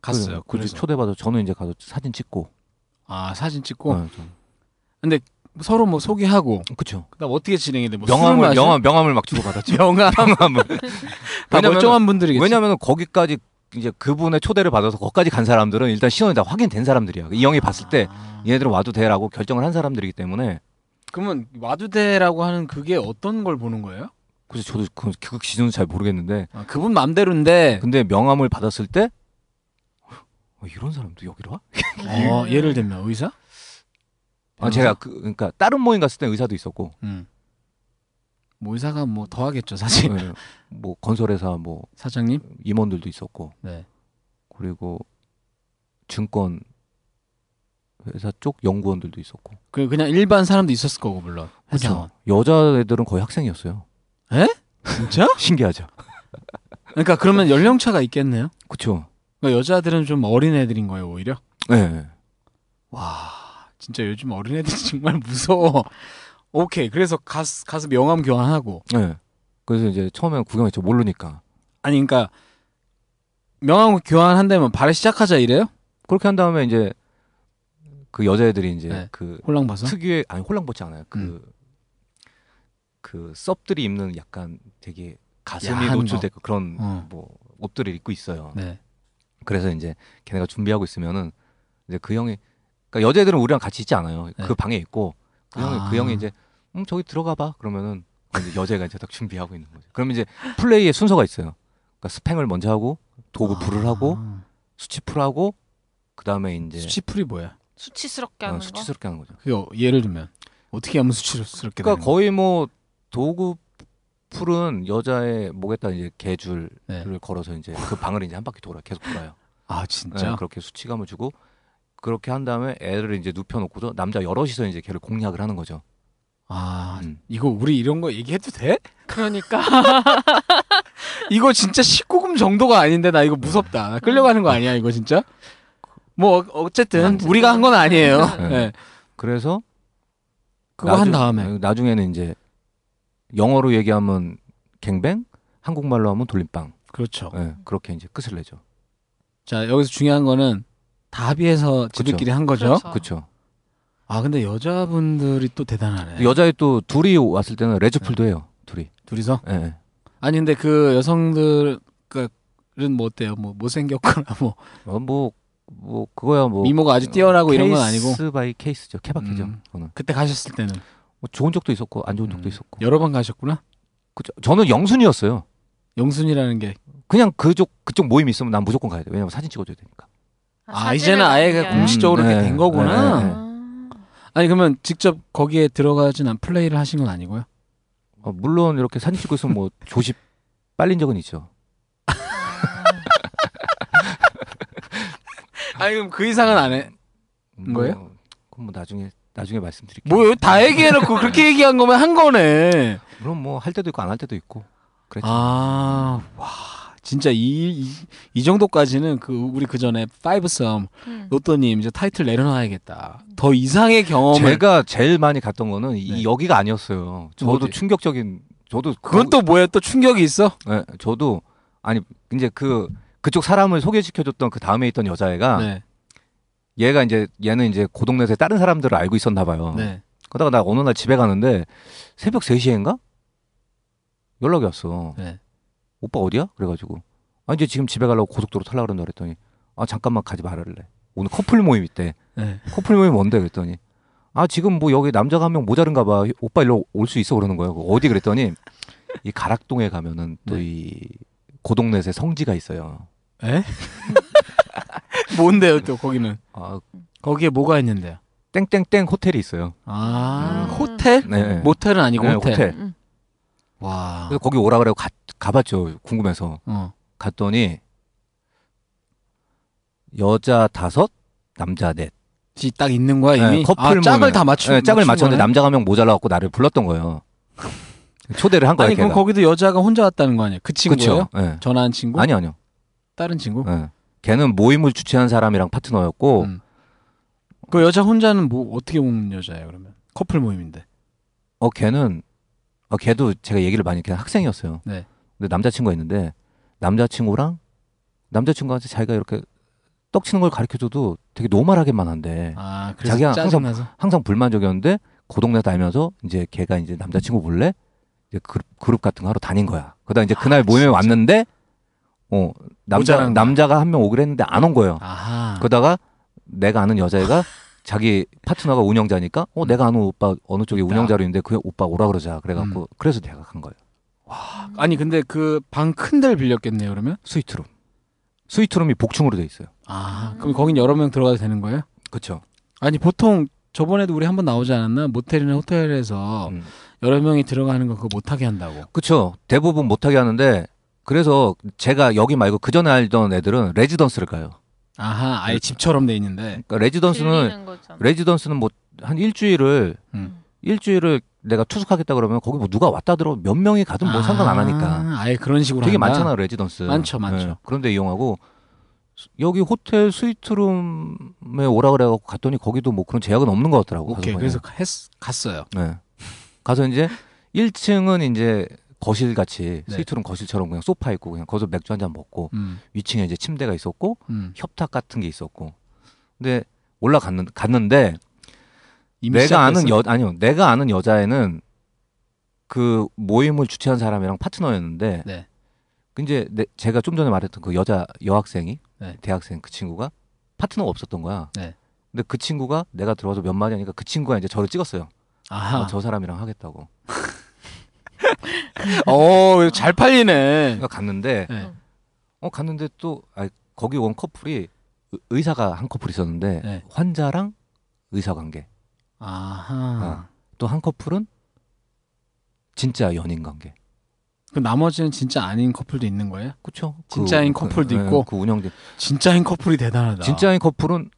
갔어요.
그
어, 그래서
초대받아 저는 이제 가서 사진 찍고.
아 사진 찍고
예, 좀.
서로 뭐 소개하고
그쵸.
그다음 어떻게 진행이 돼? 뭐
명함을
술 마셔?
명함 명함을 막 주고 받았죠.
명함
명함을.
다
왜냐면은-
멀쩡한 분들이겠지.
왜냐면 거기까지 이제 그분의 초대를 받아서 거기까지 간 사람들은 일단 신원이 다 확인된 사람들이야. 이 형이 봤을 때
아.
얘네들은 와도 돼라고 결정을 한 사람들이기 때문에
그러면 와도 돼라고 하는 그게 어떤 걸 보는 거예요?
그래서 저도 그, 그 기준은 잘 모르겠는데
아, 그분 맘대로인데
근데 명함을 받았을 때 어, 이런 사람도 여기로 와?
어, 예를 들면 의사?
아, 제가 그, 그러니까 다른 모임 갔을 때 의사도 있었고
음. 뭐 의사가 뭐 더 하겠죠 사실
예, 뭐 건설회사 뭐
사장님.
임원들도 있었고
네.
그리고 증권 회사 쪽 연구원들도 있었고
그 그냥 일반 사람도 있었을 거고 물론 회사원.
여자애들은 거의 학생이었어요.
진짜?
신기하죠.
그러니까 그러면 연령차가 있겠네요.
그렇죠.
그러니까 여자들은 좀 어린 애들인 거예요 오히려.
네.
와 진짜 요즘 어린 애들 정말 무서워. 오케이 그래서 가서 가서 명함 교환하고
네. 그래서 이제 처음에 구경했죠. 모르니까.
아니 그러니까 명함 교환한다면 바로 시작하자 이래요?
그렇게 한 다음에 이제 그 여자애들이 이제
네.
그
홀랑 봐서. 음.
특유의 아니 홀랑벗지 않아요. 그 그 썹들이 입는 약간 되게 가슴이
아, 야한
노출된 그런
어.
뭐 옷들을 입고 있어요.
네.
그래서 이제 걔네가 준비하고 있으면은 이제 그 형이 그러니까 여자애들은 우리랑 같이 있지 않아요.
네.
그 방에 있고 그 형이
아.
그 형이 이제 음 저기 들어가 봐 그러면은 이제 여자애가 이제 딱 준비하고 있는 거죠. 그럼 이제 플레이의 순서가 있어요. 그러니까 스팽을 먼저 하고 도구 불을 하고
아.
수치풀 하고 그 다음에 이제
수치풀이 뭐야?
수치스럽게
아,
어,
하는 거.
수치스럽게 하는 거죠.
그게 어- 예를 들면 어떻게 하면 수치스럽게
그러니까
되는 거야?
거의 뭐 도구 풀은 여자의 목에다 이제 개줄을
네.
걸어서 이제 그 방을 이제 한 바퀴 돌아 계속 돌아요.
아
네,
진짜?
그렇게 수치감을 주고 그렇게 한 다음에 애를 이제 눕혀놓고서 남자 여럿이서 이제 걔를 공략을 하는 거죠.
아,
음.
이거 우리 이런 거 얘기해도 돼? 그러니까. 이거 진짜 19금 정도가 아닌데 나 이거 무섭다. 나 끌려가는 거 아니야, 이거 진짜? 뭐 어- 어쨌든
아무튼.
우리가 한 건 아니에요.
네.
네.
그래서
그거 한
나중-
다음에
어, 나중에는 이제 영어로 얘기하면 갱뱅, 한국말로 하면 돌림빵.
그렇죠.
예, 그렇게 이제 끝을 내죠.
자, 여기서 중요한 거는 다 합의해서 지들끼리 한 거죠.
그렇죠.
그렇죠.
아, 근데 여자분들이 또 대단하네.
그
네.
여자애 또 둘이 왔을 때는 레즈풀도 해요. 둘이.
둘이서?
예, 예.
아니 근데 그 여성들은 뭐 어때요? 뭐 못생겼거나 뭐
어, 뭐, 뭐 그거야 뭐
미모가 아주 뛰어나고 이런 건 아니고
케이스 바이 케이스죠. 케바케죠.
음.
그거는.
그때 가셨을 때는
뭐 좋은 적도 있었고 안 좋은
음,
적도 있었고.
여러 번 가셨구나.
그죠. 저는 영순이었어요.
영순이라는 게
그냥 그쪽 그쪽 모임 있으면 난 무조건 가야 돼. 왜냐면 사진 찍어줘야 되니까.
아,
사진을
이제는 아예
남겨요?
공식-
공식적으로
음,
이렇게
네,
된 거구나.
네, 네, 네.
아,
아니 그러면 직접 거기에 들어가진 않 플레이를 하신 건 아니고요.
어, 물론 이렇게 사진 찍고 있으면 뭐 조십 빨린 적은 있죠.
아니 그럼 그 이상은 안 해.
뭐,
뭐예요?
그건 뭐 나중에 나중에 말씀드릴게요.
뭐요? 다 얘기해놓고 그렇게 얘기한 거면 한 거네.
물론 뭐 할 때도 있고 안 할 때도 있고. 그랬죠.
아, 와, 진짜 이, 이, 이 정도까지는 그 우리 그 전에 파이브 썸
음.
로또님 이제 타이틀 내려놔야겠다. 더 이상의 경험을.
제가 제일 많이 갔던 거는 이
네.
여기가 아니었어요. 저도
어디?
충격적인 저도
그건 또 뭐야? 또 충격이 있어?
네, 저도 아니 이제 그 그쪽 사람을 소개시켜줬던 그 다음에 있던 여자애가
네,
얘가 이제 얘는 이제 그 고동네에서 다른 사람들을 알고 있었나 봐요.
네.
그러다가 나 어느 날 집에 가는데 새벽 3시인가 연락이 왔어.
네.
오빠 어디야? 그래가지고 아 이제 지금 집에 가려고 고속도로 타려고 그런다 그랬더니 아 잠깐만 가지 말할래. 오늘 커플 모임 있대.
네.
커플 모임 뭔데 그랬더니 아 지금 뭐 여기 남자가 한 명 모자른가 봐 오빠 일로 올 수 있어 그러는 거예요 어디 그랬더니 이 가락동에 가면은
네.
또 이 고동넷의 성지가 있어요
에? 뭔데요 또 거기는?
아
거기에 뭐가 있는데요?
땡땡땡 호텔이 있어요
아,
음.
호텔?
네.
모텔은 아니고
네,
뭐, 호텔.
호텔.
음.
와.
그래서 거기 오라 그래고 가, 가봤죠 궁금해서
어.
갔더니 여자 다섯 남자 넷
지- 딱 있는 거야 이미
네, 커플
아, 짝을
모임을-
다 맞추
네, 짝을 맞췄는데
거네?
남자가 한 명 모자라갖고 나를 불렀던 거예요 초대를 한 거예요
아니 그럼 거기도 여자가 혼자 왔다는 거 아니야 그 친구예요
그쵸? 네.
전화한 친구
아니 아니요
다른 친구
예. 걔는 모임을 주최한 사람이랑 파트너였고
음. 그 여자 혼자는 뭐 어떻게 먹는 여자예요 그러면 커플 모임인데
어 걔는 어 걔도 제가 얘기를 많이 그냥 학생이었어요.
네.
근데 남자친구가 있는데 남자친구랑 남자친구한테 자기가 이렇게 떡치는 걸 가르쳐줘도 되게 노멀하게만 한대.
아 그래서
네. 자기가 항상-
짜증나서
항상 불만족이었는데 그 고동네 다니면서 이제 걔가 이제 남자친구 볼래 이제 그룹, 그룹 같은 거 하러 다닌 거야. 그다 음 이제 그날 모임에
진짜.
왔는데 어 남자
모자란 거야.
남자가 한 명 오기로 했는데 안 온 거예요.
아하
그러다가 내가 아는 여자애가 자기 파트너가 운영자니까 어 내가 아는 오빠 어느 쪽에 운영자로 있는데 그 오빠 오라 그러자 그래갖고 그래서 내가 간 거예요
아니 근데 그 방 큰 데를 빌렸겠네요 그러면
스위트룸 스위트룸이 복층으로 돼 있어요
아
음.
그럼 거긴 여러 명 들어가도 되는 거예요
그렇죠
아니 보통 저번에도 우리 한번 나오지 않았나 모텔이나 호텔에서
음.
여러 명이 들어가는 거 그거 못하게 한다고
그렇죠 대부분 못하게 하는데 그래서 제가 여기 말고 그 전에 알던 애들은 레지던스를 가요
아하 아예 집처럼 돼 있는데
그러니까 레지던스는
빌리는 거잖아.
레지던스는 뭐 한 일주일을
음.
일주일을 내가 투숙하겠다 그러면 거기 뭐 누가 왔다 들어 몇 명이 가든 뭐 상관 안 하니까
아, 아예 그런 식으로
되게
한다?
많잖아 레지던스.
아.
네,
많죠, 많죠.
그런데 이용하고 수- 여기 호텔 스위트룸에 오라 그래갖고 갔더니 거기도 뭐 그런 제약은 없는 것 같더라고. 가서
오케이
보니까.
그래서 했- 갔어요
네. 가서 이제 1층은 이제 거실 같이
네.
스위트룸 거실처럼 그냥 소파 있고 그냥 거기서 맥주 한 잔 먹고
음,
위층에 이제 침대가 있었고
음.
협탁 같은 게 있었고 근데 올라갔는 갔는데
이미
내가 아는
시작됐어?
여 아니요 내가 아는 여자애는 그 모임을 주최한 사람이랑 파트너였는데 그
네.
이제 내- 제가 좀 전에 말했던 그 여자 여학생이
네.
대학생 그 친구가 파트너가 없었던 거야.
네.
근데 그 친구가 내가 들어와서 몇 마디 하니까 그 친구가 이제 저를 찍었어요.
아하. 네.
어, 저 사람이랑 하겠다고.
어, 잘 팔리네.
그러니까 갔는데
네.
어 갔는데 또 아, 거기 온 커플이 의- 의사가 한 커플 있었는데
네.
환자랑 의사 관계.
아하.
또 한 커플은 진짜 연인 관계.
그 나머지는 진짜 아닌 커플도 있는 거예요?
그쵸? 그-
진짜인
그-
커플도
예,
네, 있고.
그 운영자
진짜인 커플이 대단하다.
진짜인 커플은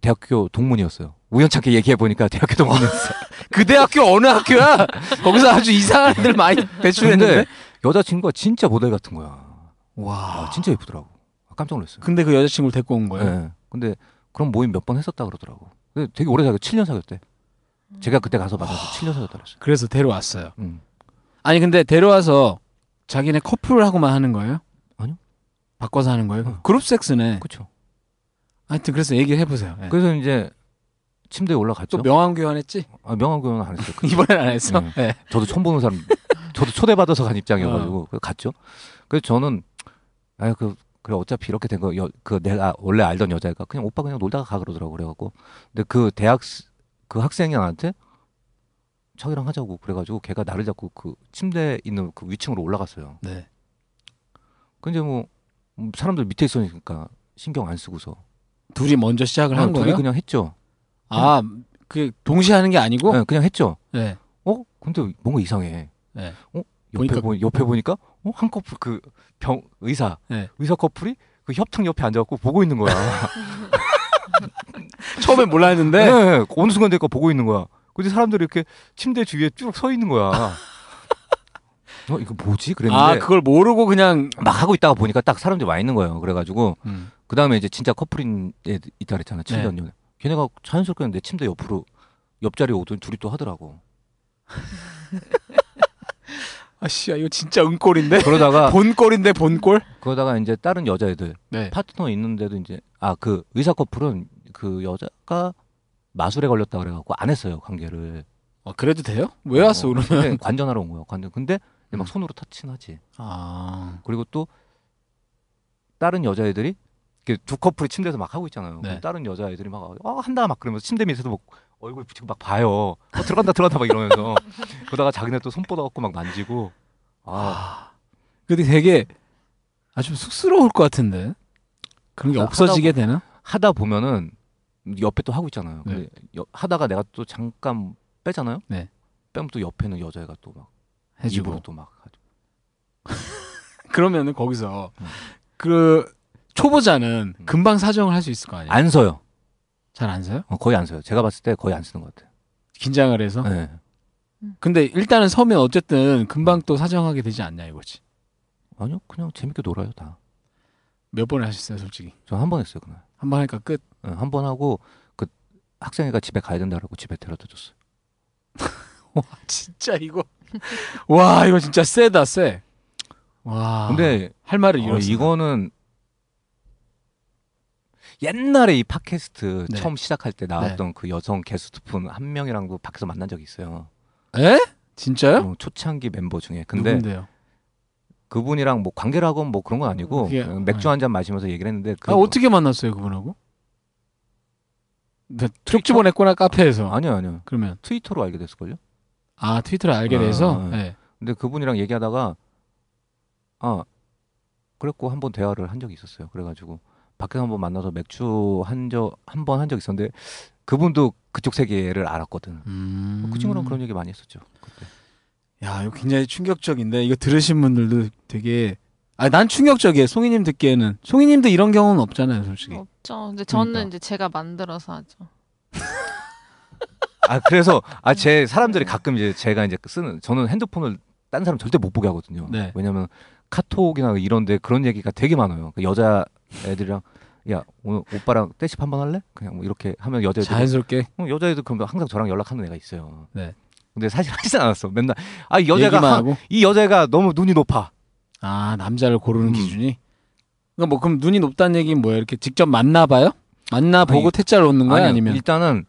대학교 동문이었어요. 우연찮게 얘기해 보니까 대학교 동문이었어.
그 대학교 어느 학교야? 거기서 아주 이상한 애들 많이 배출했는데.
근데 여자 친구가 진짜 모델 같은 거야.
와.
아, 진짜 예쁘더라고. 깜짝 놀랐어요.
근데 그 여자친구를 데리고 온 거예요.
예. 근데 그런 모임 몇 번 했었다 그러더라고. 근데 되게 오래 사귀었 7년 사귀었대. 제가 그때 가서 만나서
아.
7년 사귀었다 그랬어요.
그래서 데려왔어요.
음.
아니 근데 데려와서 자기네 커플하고만 하는 거예요?
아니요.
바꿔서 하는 거예요?
어.
그룹 섹스네.
그렇죠.
하여튼 그래서 얘기를 해보세요. 예.
그래서 이제 침대에 올라갔죠.
또 명함 교환했지?
아, 명함 교환 안 했어요. 그-
이번엔 안 했어.
그렇죠. 네.
예.
저도 처음 보는 사람, 저도 초대받아서 간 입장이어가지고 그래서 갔죠. 그래서 저는 아 그 그래 어차피 이렇게 된 거 그 내가 원래 알던 여자애가 그냥 오빠 그냥 놀다가 가 그러더라고 그래갖고 근데 그 대학 스- 그 학생이 나한테 자기랑 하자고 그래가지고 걔가 나를 잡고 그 침대 있는 그 위층으로 올라갔어요.
네.
근데 뭐 음, 사람들 밑에 있으니까 신경 안 쓰고서 어,
둘이 먼저 시작을 한
둘이
거예요?
그냥 했죠.
아, 그 동시에 하는 게 아니고?
네, 그냥 했죠.
네.
어? 근데 뭔가 이상해.
네.
어?
보니까-
옆에 보니까, 옆에 보니까 어? 한 커플 그 병 의사
네.
의사 커플이 그 협창 옆에 앉아갖고 보고 있는 거야.
처음엔 몰랐는데
네, 어느 순간 되니까 보고 있는 거야. 근데 사람들이 이렇게 침대 주위에 쭉 서 있는 거야. 어 이거 뭐지? 그랬는데
아 그걸 모르고 그냥
막 하고 있다가 보니까 딱 사람들이 와 있는 거예요. 그래가지고
음.
그 다음에 이제 진짜 커플인 애 있다
네.
그랬잖아. 7년 전에. 걔네가 자연스럽게 내 침대 옆으로 옆자리에 오더니 둘이 또 하더라고.
아씨야 이거 진짜 은꼴인데
그러다가
본꼴인데 본꼴
그러다가 이제 다른 여자애들
네
파트너 있는데도 이제 아 그 의사 커플은 그 여자가 마술에 걸렸다 그래갖고 안 했어요 관계를
어, 그래도 돼요 왜 왔어
어,
그러면
근데 관전하러 온 거야 관전 근데 이제
음.
막 손으로 터치는 하지
아
그리고 또 다른 여자애들이 이렇게 두 커플이 침대에서 막 하고 있잖아요
네.
그럼 다른 여자애들이 막 어, 한다 막 그러면서 침대 밑에서 막 얼굴 붙이고 막 봐요 어, 들어간다 들어간다 막 이러면서 그러다가 자기네 또 손 뻗어갖고 막 만지고 아
근데 되게 아좀 쑥스러울 것 같은데 그런 게
아,
없어지게 되나
하다 보면은 옆에 또 하고 있잖아요. 근데
네.
여- 하다가 내가 또 잠깐 빼잖아요.
네.
빼면 또 옆에는 여자애가 또 막
해주고
입으로 또막
그러면은 거기서
음.
그 초보자는
음.
금방 사정을 할 수 있을 거 아니에요
안 서요.
잘 안 서요
어, 거의 안 서요. 제가 봤을 때 거의 안 쓰는 것 같아요.
긴장을 해서
네.
근데 일단은 서면 어쨌든 금방 또 사정하게 되지 않냐 이거지
아니요, 그냥 재밌게 놀아요 다.
몇 번 하셨어요 솔직히
저 한 번 했어요 그날. 네,
한 번 하니까 끝
한 번 하고 그 학생애가 집에 가야 된다 그러고 집에 데려다 줬어요.
아, 진짜 이거 와 이거 진짜 세다 세. 와.
근데
할 말을
어,
잃었어.
이거는 옛날에 이 팟캐스트
네.
처음 시작할 때 나왔던 그 여성 게스트분 한 명이랑도 그 밖에서 만난 적이 있어요.
에? 진짜요?
어, 초창기 멤버 중에 근데
누군데요? 아,
그분이랑 뭐 관계를 하고 뭐 그런 건 아니고
그게-
그냥 맥주 한 잔 마시면서 얘기를 했는데 그
예. 아 어떻게 만났어요 그분하고? 네, 쪽지 보냈구나 카페에서.
어, 아니요 아니요
그러면
트위터로 알게 됐을걸요
아 트위터를 알게 돼서.
아,
네.
근데 그분이랑 얘기하다가 아 그랬고 한 번 대화를 한 적이 있었어요 그래가지고 밖에서 한 번 만나서 맥주 한적한 번 한 적 있었는데 그분도 그쪽 세계를 알았거든
음.
그 친구랑 그런 얘기 많이 했었죠 그때.
야 이거 굉장히 충격적인데 이거 들으신 분들도 되게. 아 난 충격적이에요. 송이님 듣기에는 송이님도 이런 경우는 없잖아요 솔직히.
없죠. 근데 저는
그러니까.
이제 제가 만들어서 하죠.
아 그래서 아
음.
제 사람들이
네.
가끔 이제 제가 이제 쓰는 저는 핸드폰을 딴 사람 절대 못 보게 하거든요.
네.
왜냐면 카톡이나 이런데 그런 얘기가 되게 많아요. 그 여자 애들이랑 야 오늘 오빠랑 떼십 한번 할래? 그냥 뭐 이렇게 하면
네,
여자애들 어,
자연스럽게
여자애들 그럼 항상 저랑 연락하는 애가 있어요.
네.
근데 사실 하진 않았어. 맨날 아이
얘기만
여자가
하고.
이 여자애가 너무 눈이 높아.
아 남자를 고르는
음.
기준이 그러니까 뭐 그럼 눈이 높다는 얘기는 뭐예요 이렇게 직접 만나봐요 만나보고
아니,
태자를 얻는 거야
아니요.
아니면
일단은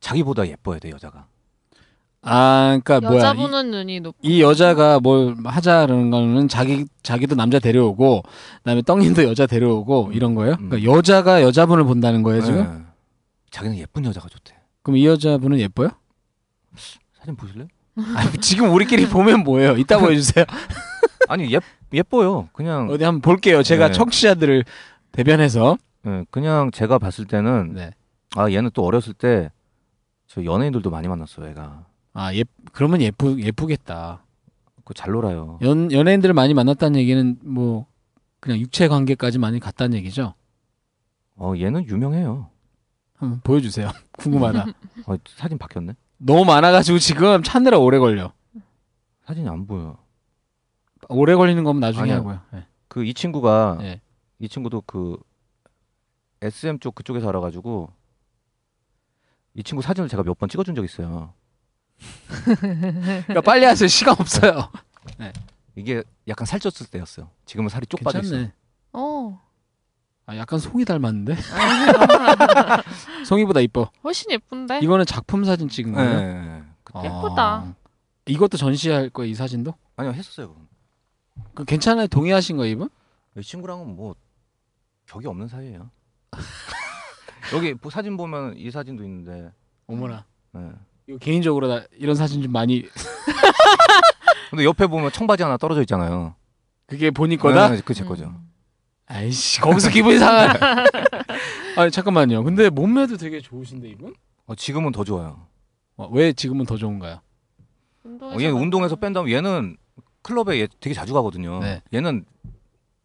자기보다 예뻐야 돼 여자가.
아 그러니까 뭐야 이,
여자분은 눈이 높.
이 여자가 뭘 하자라는 거는 자기 자기도 남자 데려오고 그다음에 떡님도 여자 데려오고 이런 거예요
음.
그러니까 여자가 여자분을 본다는 거예요 지금
네. 자기는 예쁜 여자가 좋대.
그럼 이 여자분은 예뻐요
사진 보실래? 요
아니, 지금 우리끼리 보면 뭐예요 이따 보여주세요
아니 예 예뻐요. 그냥
어디 한번 볼게요 제가
네.
청취자들을 대변해서
예, 그냥 제가 봤을 때는
네.
아 얘는 또 어렸을 때 저 연예인들도 많이 만났어요. 얘가
아 예, 그러면 예쁘 예쁘겠다
그 잘 놀아요.
연 연예인들을 많이 만났다는 얘기는 뭐 그냥 육체 관계까지 많이 갔다는 얘기죠.
어 얘는 유명해요.
음, 보여주세요. 궁금하다.
어, 사진 바뀌었네.
너무 많아가지고 지금 찾느라 오래 걸려.
사진이 안 보여.
오래 걸리는 거면 나중에
아니야.
하고요. 예.
그 이 친구가
예.
이 친구도 그 SM 쪽 그쪽에서 알아가지고 이 친구 사진을 제가 몇 번 찍어준 적 있어요.
그러니까 빨리 하세요. 시간 없어요.
이게 약간 살쪘을 때였어요. 지금은 살이 쪽 빠져 있어.
괜찮네.
어.
아, 약간 송이 닮았는데? 송이보다 이뻐.
훨씬 예쁜데?
이거는 작품 사진 찍은
예,
거예요?
예, 예. 그-
아.
예쁘다.
이것도 전시할 거예요, 이 사진도?
아니요 했었어요. 그건.
그 괜찮아요? 동의하신 거예요, 이분?
이 친구랑은 뭐 격이 없는 사이예요. 여기 보- 사진 보면 이 사진도 있는데.
어머나.
예.
이거 개인적으로 나 이런 사진 좀 많이
근데 옆에 보면 청바지 하나 떨어져 있잖아요. 네,
그게 본인 거다?
그제 거죠.
음.
아이씨, 거기서 기분이 상하네. 아니, 잠깐만요. 근데 몸매도 되게 좋으신데, 이분?
어, 지금은 더 좋아요.
어, 왜 지금은 더 좋은가요?
어, 얘는
만나.
운동해서 뺀 다음 얘는 클럽에 얘 되게 자주 가거든요.
네.
얘는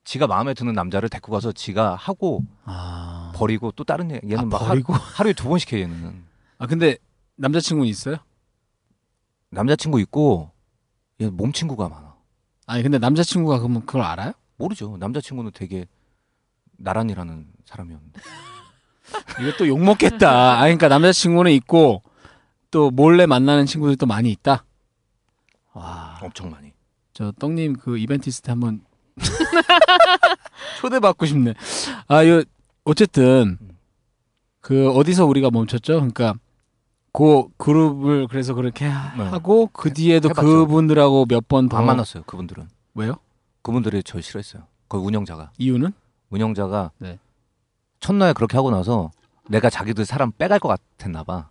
지가 마음에 드는 남자를 데리고 가서 지가 하고
아.
버리고 또 다른 애 얘는
아,
막
버리고?
하루, 에두 번씩 해 얘는.
아, 근데 남자친구는 있어요?
남자친구 있고 얘는 몸 친구가 많아.
아니, 근데 남자친구가 그러면 그걸 알아요?
모르죠. 남자친구는 되게 나란이라는 사람이었는데.
이거 또 욕먹겠다. 아, 그러니까 남자친구는 있고, 또 몰래 만나는 친구들이 또 많이 있다? 와.
엄청 많이.
저 떡님 그 이벤티스트 한번 초대받고 싶네. 아, 요 어쨌든 그 어디서 우리가 멈췄죠? 그러니까 그 그룹을 그래서 그렇게 하-
네.
하고 그 뒤에도
해봤죠.
그분들하고 몇 번 더
안 만났어요. 그분들은.
왜요?
그분들이 절 싫어했어요. 그 운영자가.
이유는?
운영자가
네.
첫날 그렇게 하고 나서 내가 자기들 사람 빼갈 것 같았나 봐.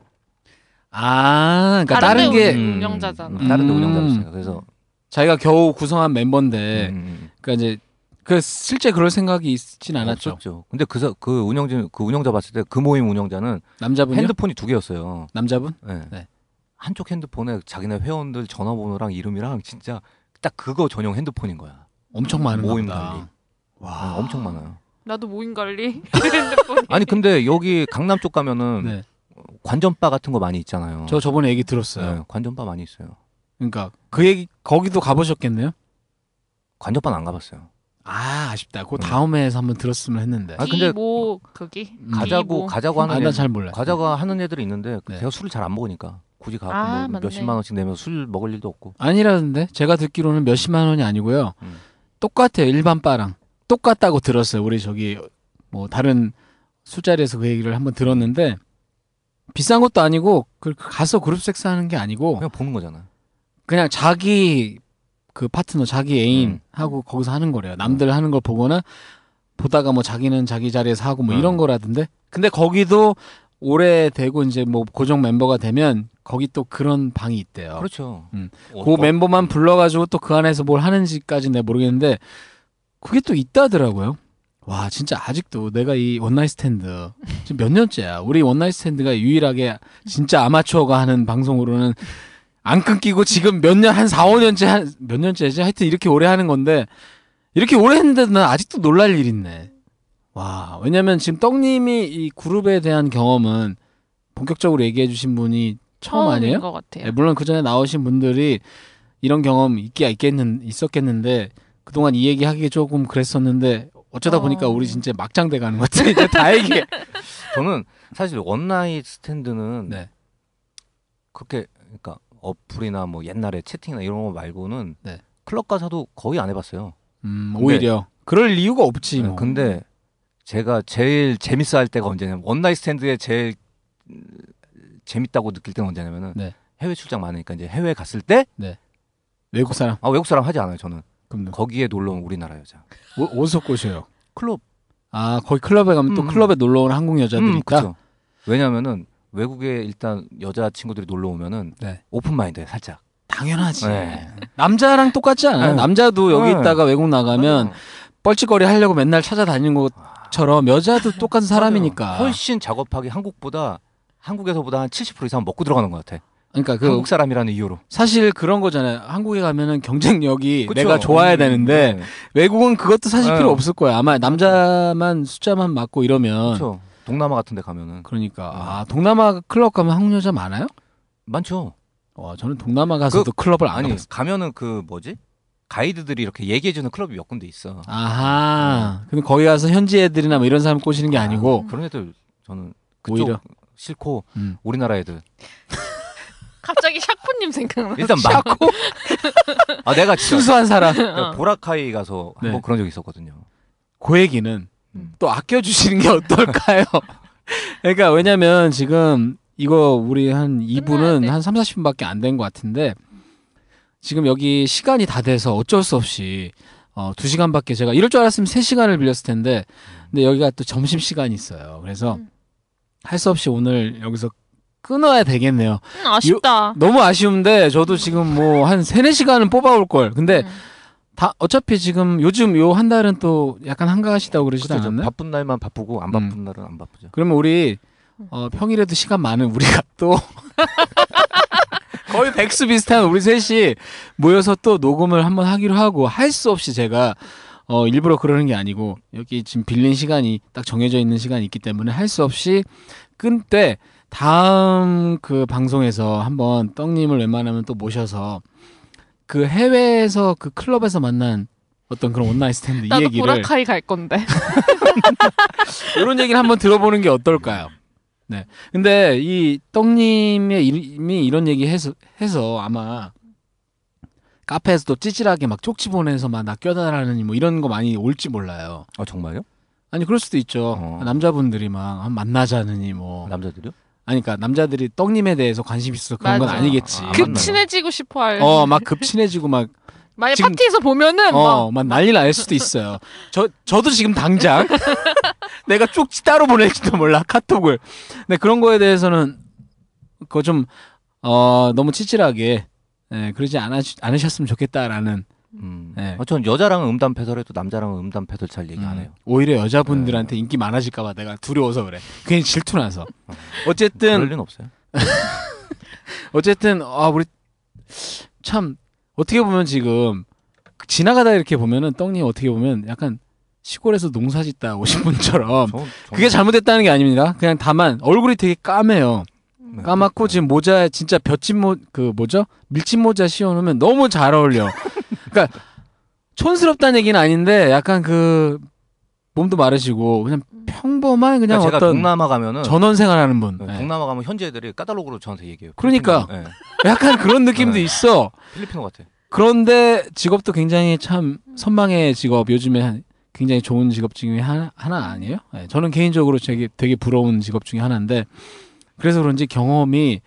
아, 그러니까
다른
다른 게
네, 운- 운영자잖아.
음, 다른 데
음.
운영자였어요. 그래서
자기가 겨우 구성한 멤버인데,
음, 음,
그러니까 이제 그 실제 그럴 생각이 있진
음.
않았죠.
없었죠. 근데 그, 사- 그 운영진 그 운영자 봤을 때 그 모임 운영자는
남자분요?
핸드폰이 두 개였어요.
남자분?
예.
네.
한쪽 핸드폰에 자기네 회원들 전화번호랑 이름이랑 진짜 딱 그거 전용 핸드폰인 거야.
엄청 많은
모임
겁니다.
관리. 와, 엄청 많아요.
나도 모임 관리.
아,
핸드폰.
아니 근데 여기 강남 쪽 가면은
네,
관전바 같은 거 많이 있잖아요.
저 저번에 얘기 들었어요.
네, 관전바 많이 있어요.
그러니까 그 얘기 거기도 가보셨겠네요.
관전바는 안 가봤어요.
아 아쉽다. 그
음.
다음에서 한번 들었으면 했는데.
아, 근데-
뭐 거기.
음.
가자고
뭐.
가자고 하는
아나
애들,
잘 몰라.
가자고 하는 애들이 있는데
네.
제가 술을 잘 안 먹으니까 굳이 가고
아,
뭐
맞네.
몇십만 원씩 내면서 술 먹을 일도 없고
아니라는데 제가 듣기로는 몇십만 원이 아니고요.
음.
똑같아요 일반 바랑 똑같다고 들었어요. 우리 저기 뭐 다른 술자리에서 그 얘기를 한번 들었는데 비싼 것도 아니고 그 가서 그룹 섹스 하는 게 아니고
그냥 보는 거잖아.
그냥 자기 그 파트너 자기
음.
애인하고 거기서 하는 거래요 남들 하는 걸 보거나 보다가 뭐 자기는 자기 자리에서 하고 뭐 이런
음.
거라던데 근데 거기도 오래 되고 이제 뭐 고정 멤버가 되면 거기 또 그런 방이 있대요
그렇죠.
음.
어,
그
어,
멤버만 불러가지고 또 그 안에서 뭘 하는지까지는 내가 모르겠는데 그게 또 있다더라고요 와 진짜 아직도 내가 이 원나잇 스탠드 지금 몇 년째야 우리 원나잇 스탠드가 유일하게 진짜 아마추어가 하는 방송으로는 안 끊기고 지금 몇 년 한 4, 5년째 한 몇 년째지 하여튼 이렇게 오래 하는 건데 이렇게 오래 했는데도 난 아직도 놀랄 일 있네. 와 왜냐면 지금 떡님이 이 그룹에 대한 경험은 본격적으로 얘기해 주신 분이 처음
처음인
아니에요?
것 같아요.
예, 물론 그 전에 나오신 분들이 이런 경험 있기 있겠는 있었겠는데 그동안 이 얘기 하기 조금 그랬었는데 어쩌다
어.
보니까 우리 진짜 막장 돼 가는 것 같아. 이제 다 얘기해.
저는 사실 원나잇 스탠드는
네.
그렇게 그러니까 어플이나 뭐 옛날에 채팅이나 이런 거 말고는
네.
클럽 가서도 거의 안 해봤어요.
음,
근데- 네,
오히려 그럴 이유가 없지 뭐.
근데 제가 제일 재밌어 할 때가 언제냐면 원나잇 스탠드에 제일 음, 재밌다고 느낄 때는 언제냐면은
네.
해외 출장 많으니까 이제 해외 갔을 때 아
외국 사람
외국 사람 하지 않아요 저는
그럼
거기에 놀러 온 우리나라 여자
어- 어디서 꼬셔요?
클럽
아 거기 클럽에 가면 또
음,
클럽에 놀러 오는 한국 여자들이
음,
있다.
그쵸. 왜냐면은 외국에 일단 여자 친구들이 놀러 오면은
네.
오픈 마인드에 살짝
당연하지.
네.
남자랑 똑같지 않아요.
네.
남자도 여기
네.
있다가 외국 나가면
맞아요.
뻘짓거리 하려고 맨날 찾아다니는 것처럼 여자도 똑같은 사람이니까.
훨씬 작업하기 한국보다 한국에서보다 한 70% 이상 먹고 들어가는 것 같아.
그러니까 그
한국 사람이라는 이유로.
사실 그런 거잖아요. 한국에 가면은 경쟁력이
그쵸?
내가 좋아야 되는데 음.
네.
외국은 그것도 사실
네.
필요 없을 거야. 아마 남자만 숫자만 맞고 이러면
그쵸. 동남아 같은 데 가면은
그러니까 아 동남아 클럽 가면 한국 여자 많아요?
많죠.
와 저는 동남아 가서도 클럽을 안
그 아니
해요.
가면은 그 뭐지? 가이드들이 이렇게 얘기해 주는 클럽이 몇 군데 있어.
아. 아하.
네.
근데 거기 가서 현지 애들이나 뭐 이런 사람 꼬시는 게 아니고
그런 애들 저는 그쪽
오히려.
싫고
음.
우리나라 애들
갑자기 샤코님
음,
생각나.
일단 많고 아 내가 진짜
순수한 사람. 어.
내가 보라카이 가서
네.
한번 그런 적 있었거든요.
그 얘기는
음.
또 아껴주시는 게 어떨까요? 그러니까 왜냐면 지금 이거 우리 한
끝나야
2분은
돼.
한 3, 40분밖에 안 된 것 같은데 지금 여기 시간이 다 돼서 어쩔 수 없이 어, 2시간밖에 제가 이럴 줄 알았으면 3시간을 빌렸을 텐데 근데 여기가 또 점심시간이 있어요. 그래서
음.
할 수 없이 오늘 여기서 끊어야 되겠네요.
음, 아쉽다.
너무 아쉬운데 저도 지금 뭐 한 세네 시간은 뽑아올 걸. 근데
음.
다 어차피 지금 요즘 요 한 달은 또 약간 한가하시다고 그러시지
그렇죠.
않았나요? 음.
바쁜 날만 바쁘고 안 바쁜 날은 안 바쁘죠.
그러면 우리 어, 평일에도 시간 많은 우리가 또 거의 백수 비슷한 우리 셋이 모여서 또 녹음을 한번 하기로 하고 할 수 없이 제가 어, 일부러 그러는 게 아니고 여기 지금 빌린 시간이 딱 정해져 있는 시간이 있기 때문에 할 수 없이 끈 때 다음 그 방송에서 한번 떡님을 웬만하면 또 모셔서 그 해외에서 그 클럽에서 만난 어떤 그런 온라인 스탠드 이
나도
얘기를
보라카이 갈 건데.
이런 얘기를 한번 들어보는 게 어떨까요? 네. 근데 이 떡님의 이름이 이런 얘기 해서, 해서 아마 카페에서 또 찌질하게 막 쪽지 보내서 막 나 껴달라는 뭐 이런 거 많이 올지 몰라요.
아 정말요?
아니 그럴 수도 있죠.
어.
남자분들이 막 아, 만나자느니 뭐
남자들이요?
아니 그러니까 남자들이 떡님에 대해서 관심 있어서 그런 건
맞아.
아니겠지.
아,
급
맞나 봐.
친해지고 싶어 할.
어 막 급친해지고 막
만약
지금-
파티에서 보면은
어, 막 난리 날 수도 있어요. 저, 저도 지금 당장 내가 쪽지 따로 보낼지도 몰라, 카톡을. 근데 그런 거에 대해서는 그거 좀, 어, 너무 찌질하게, 예, 그러지 않아, 않으셨으면 좋겠다라는.
음.
네.
아, 전 여자랑은 음담 패설해도 남자랑은 음담 패설 잘 얘기
음,
안 해요.
오히려 여자분들한테 인기 많아질까봐 내가 두려워서 그래. 괜히 질투나서. 어쨌든,
그럴 리는 없어요.
어쨌든, 아, 우리 참, 어떻게 보면 지금, 지나가다 이렇게 보면은, 떡님 어떻게 보면 약간 시골에서 농사 짓다 오신 분처럼
저- 저는-
음, 그게 잘못됐다는 게 아닙니다. 그냥 다만 얼굴이 되게 까매요.
네.
까맣고 지금 모자에 진짜 벼친 모그 뭐죠? 밀짚 모자 씌워놓으면 너무 잘 어울려. 그러니까 촌스럽다는 얘기는 아닌데 약간 그 몸도 마르시고 그냥 평범한 그냥
그러니까 제가
어떤
동남아 가면은
전원 생활하는 분.
네,
예.
동남아 가면 현지 애들이 까탈로그로 저한테 얘기해요.
그러니까.
필리핀- 네,
약간 그런 느낌도
네.
있어.
필리핀어 같아.
그런데 직업도 굉장히 참 선망의 직업 요즘에 한- 굉장히 좋은 직업 중에 하나, 하나 아니에요? 예, 저는 개인적으로 되게, 되게 부러운 직업 중에 하나인데 그래서 그런지 경험이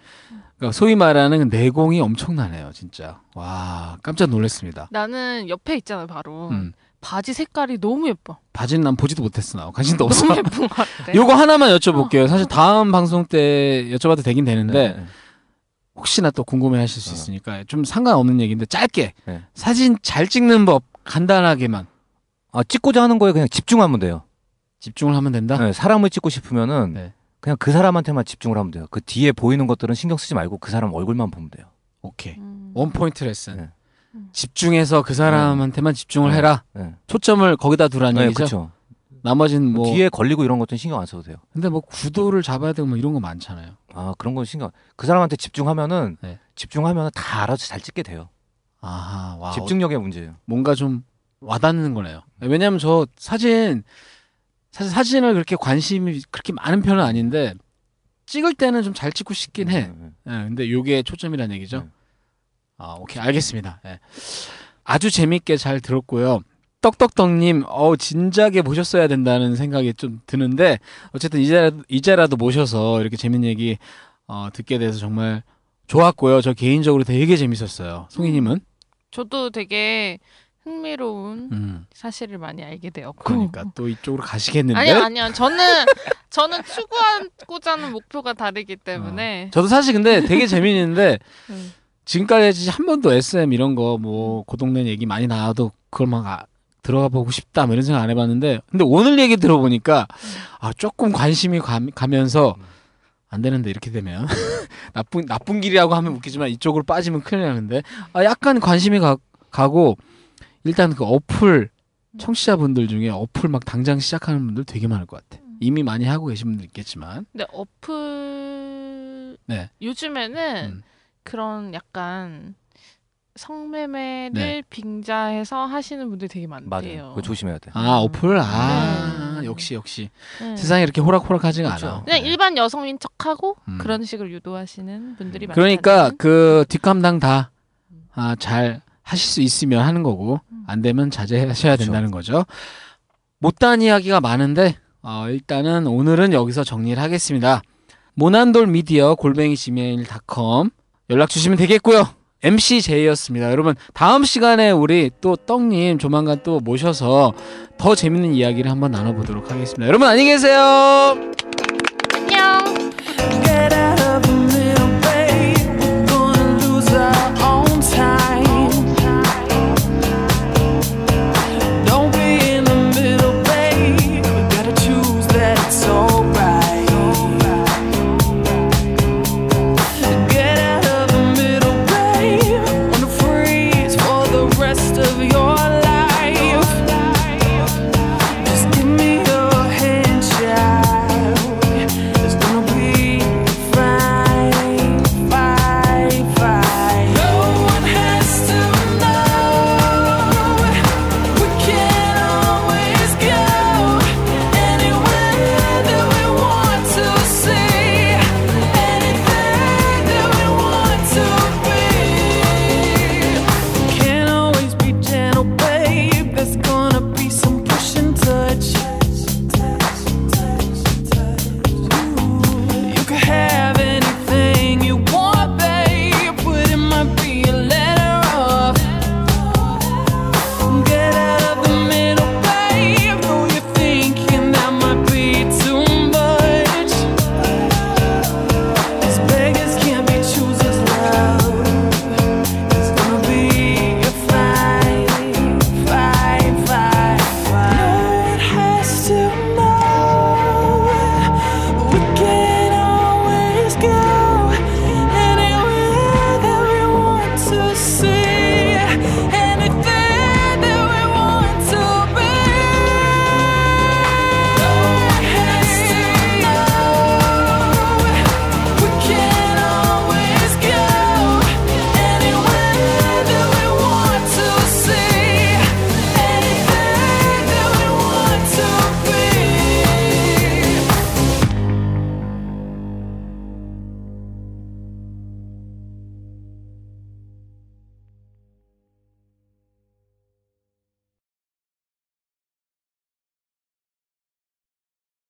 그러니까 소위 말하는 내공이 엄청나네요 진짜 와 깜짝 놀랐습니다
나는 옆에 있잖아 바로.
음,
바지 색깔이 너무 예뻐.
바지는 난 보지도 못했어 나 관심도 없어
너무 어. 예쁜 것 같아.
요거 하나만 여쭤볼게요 사실 다음 방송 때 여쭤봐도 되긴 되는데 혹시나 또 궁금해 하실 수
네. 어.
있으니까 좀 상관없는 얘기인데 짧게
네.
사진 잘 찍는 법 간단하게만
아 찍고자 하는 거에 그냥 집중하면 돼요.
집중을 하면 된다
네, 사람을 찍고 싶으면은
아. 네.
그냥 그 사람한테만 집중을 하면 돼요. 그 뒤에 보이는 것들은 신경 쓰지 말고 그 사람 얼굴만 보면 돼요.
오케이
음.
원 포인트 레슨.
네.
집중해서 그 사람한테만 집중을
네.
해라.
네.
초점을 거기다 두라는 얘기죠. 뭐
그렇죠.
나머지는 뭐
뒤에 걸리고 이런 것들은 신경 안 써도 돼요.
근데 뭐 구도를 잡아야 되고 뭐 이런 거 많잖아요.
아 그런 건 신경. 안- 그 사람한테 집중하면은
네.
집중하면은 다 알아서 잘 찍게 돼요.
아하, 와. 어,
집중력의 문제예요.
뭔가 좀 와닿는 거네요. 왜냐면 저 사진 사실 사진을 그렇게 관심이 그렇게 많은 편은 아닌데 찍을 때는 좀 잘 찍고 싶긴 해.
네, 네.
예, 근데 요게 초점이라는 얘기죠.
네.
아, 오케이. 알겠습니다. 예. 아주 재밌게 잘 들었고요. 떡떡떡님, 어, 진작에 모셨어야 된다는 생각이 좀 드는데, 어쨌든 이제라도, 이제라도 모셔서 이렇게 재밌는 얘기, 어, 듣게 돼서 정말 좋았고요. 저 개인적으로 되게 재밌었어요. 송이님은?
저도 되게 흥미로운
음,
사실을 많이 알게 되었고.
그러니까 또 이쪽으로 가시겠는데?
아니요, 아니요. 저는 저는 추구하고자 하는 목표가 다르기 때문에
저도 사실 근데 되게 재밌는데,
네. 음.
지금까지 한 번도 SM 이런 거 뭐 고동된 얘기 많이 나와도 그걸 막 아- 들어가 보고 싶다 뭐 이런 생각 안 해봤는데 근데 오늘 얘기 들어보니까 아 조금 관심이 가, 가면서 안 되는데 이렇게 되면 나쁜 나쁜 길이라고 하면 웃기지만 이쪽으로 빠지면 큰일 나는데 아 약간 관심이 가, 가고 일단 그 어플 청취자분들 중에 어플 막 당장 시작하는 분들 되게 많을 것 같아. 이미 많이 하고 계신 분들 있겠지만
근데 어플
네.
요즘에는
음.
그런 약간 성매매를
네.
빙자해서 하시는 분들이 되게 많대요.
음. 맞아요. 그거 조심해야 돼.
아 어플 아
네.
역시 역시
네.
세상이 이렇게 호락호락하지가
그렇죠.
않아.
그냥 일반 여성인 척하고
음.
그런 식으로 유도하시는 분들이 많다는
그러니까 그 뒷감당 다 아, 잘 하실 수 있으면 하는 거고
음.
안 되면 자제하셔야
그렇죠.
된다는 거죠. 못다한 이야기가 많은데 어, 일단은 오늘은 여기서 정리를 하겠습니다. 모난돌 미디어 골뱅이 지메일닷컴 연락 주시면 되겠고요. MC 제이였습니다. 여러분 다음 시간에 우리 또 떡님 조만간 또 모셔서 더 재밌는 이야기를 한번 나눠보도록 하겠습니다. 여러분 안녕히 계세요.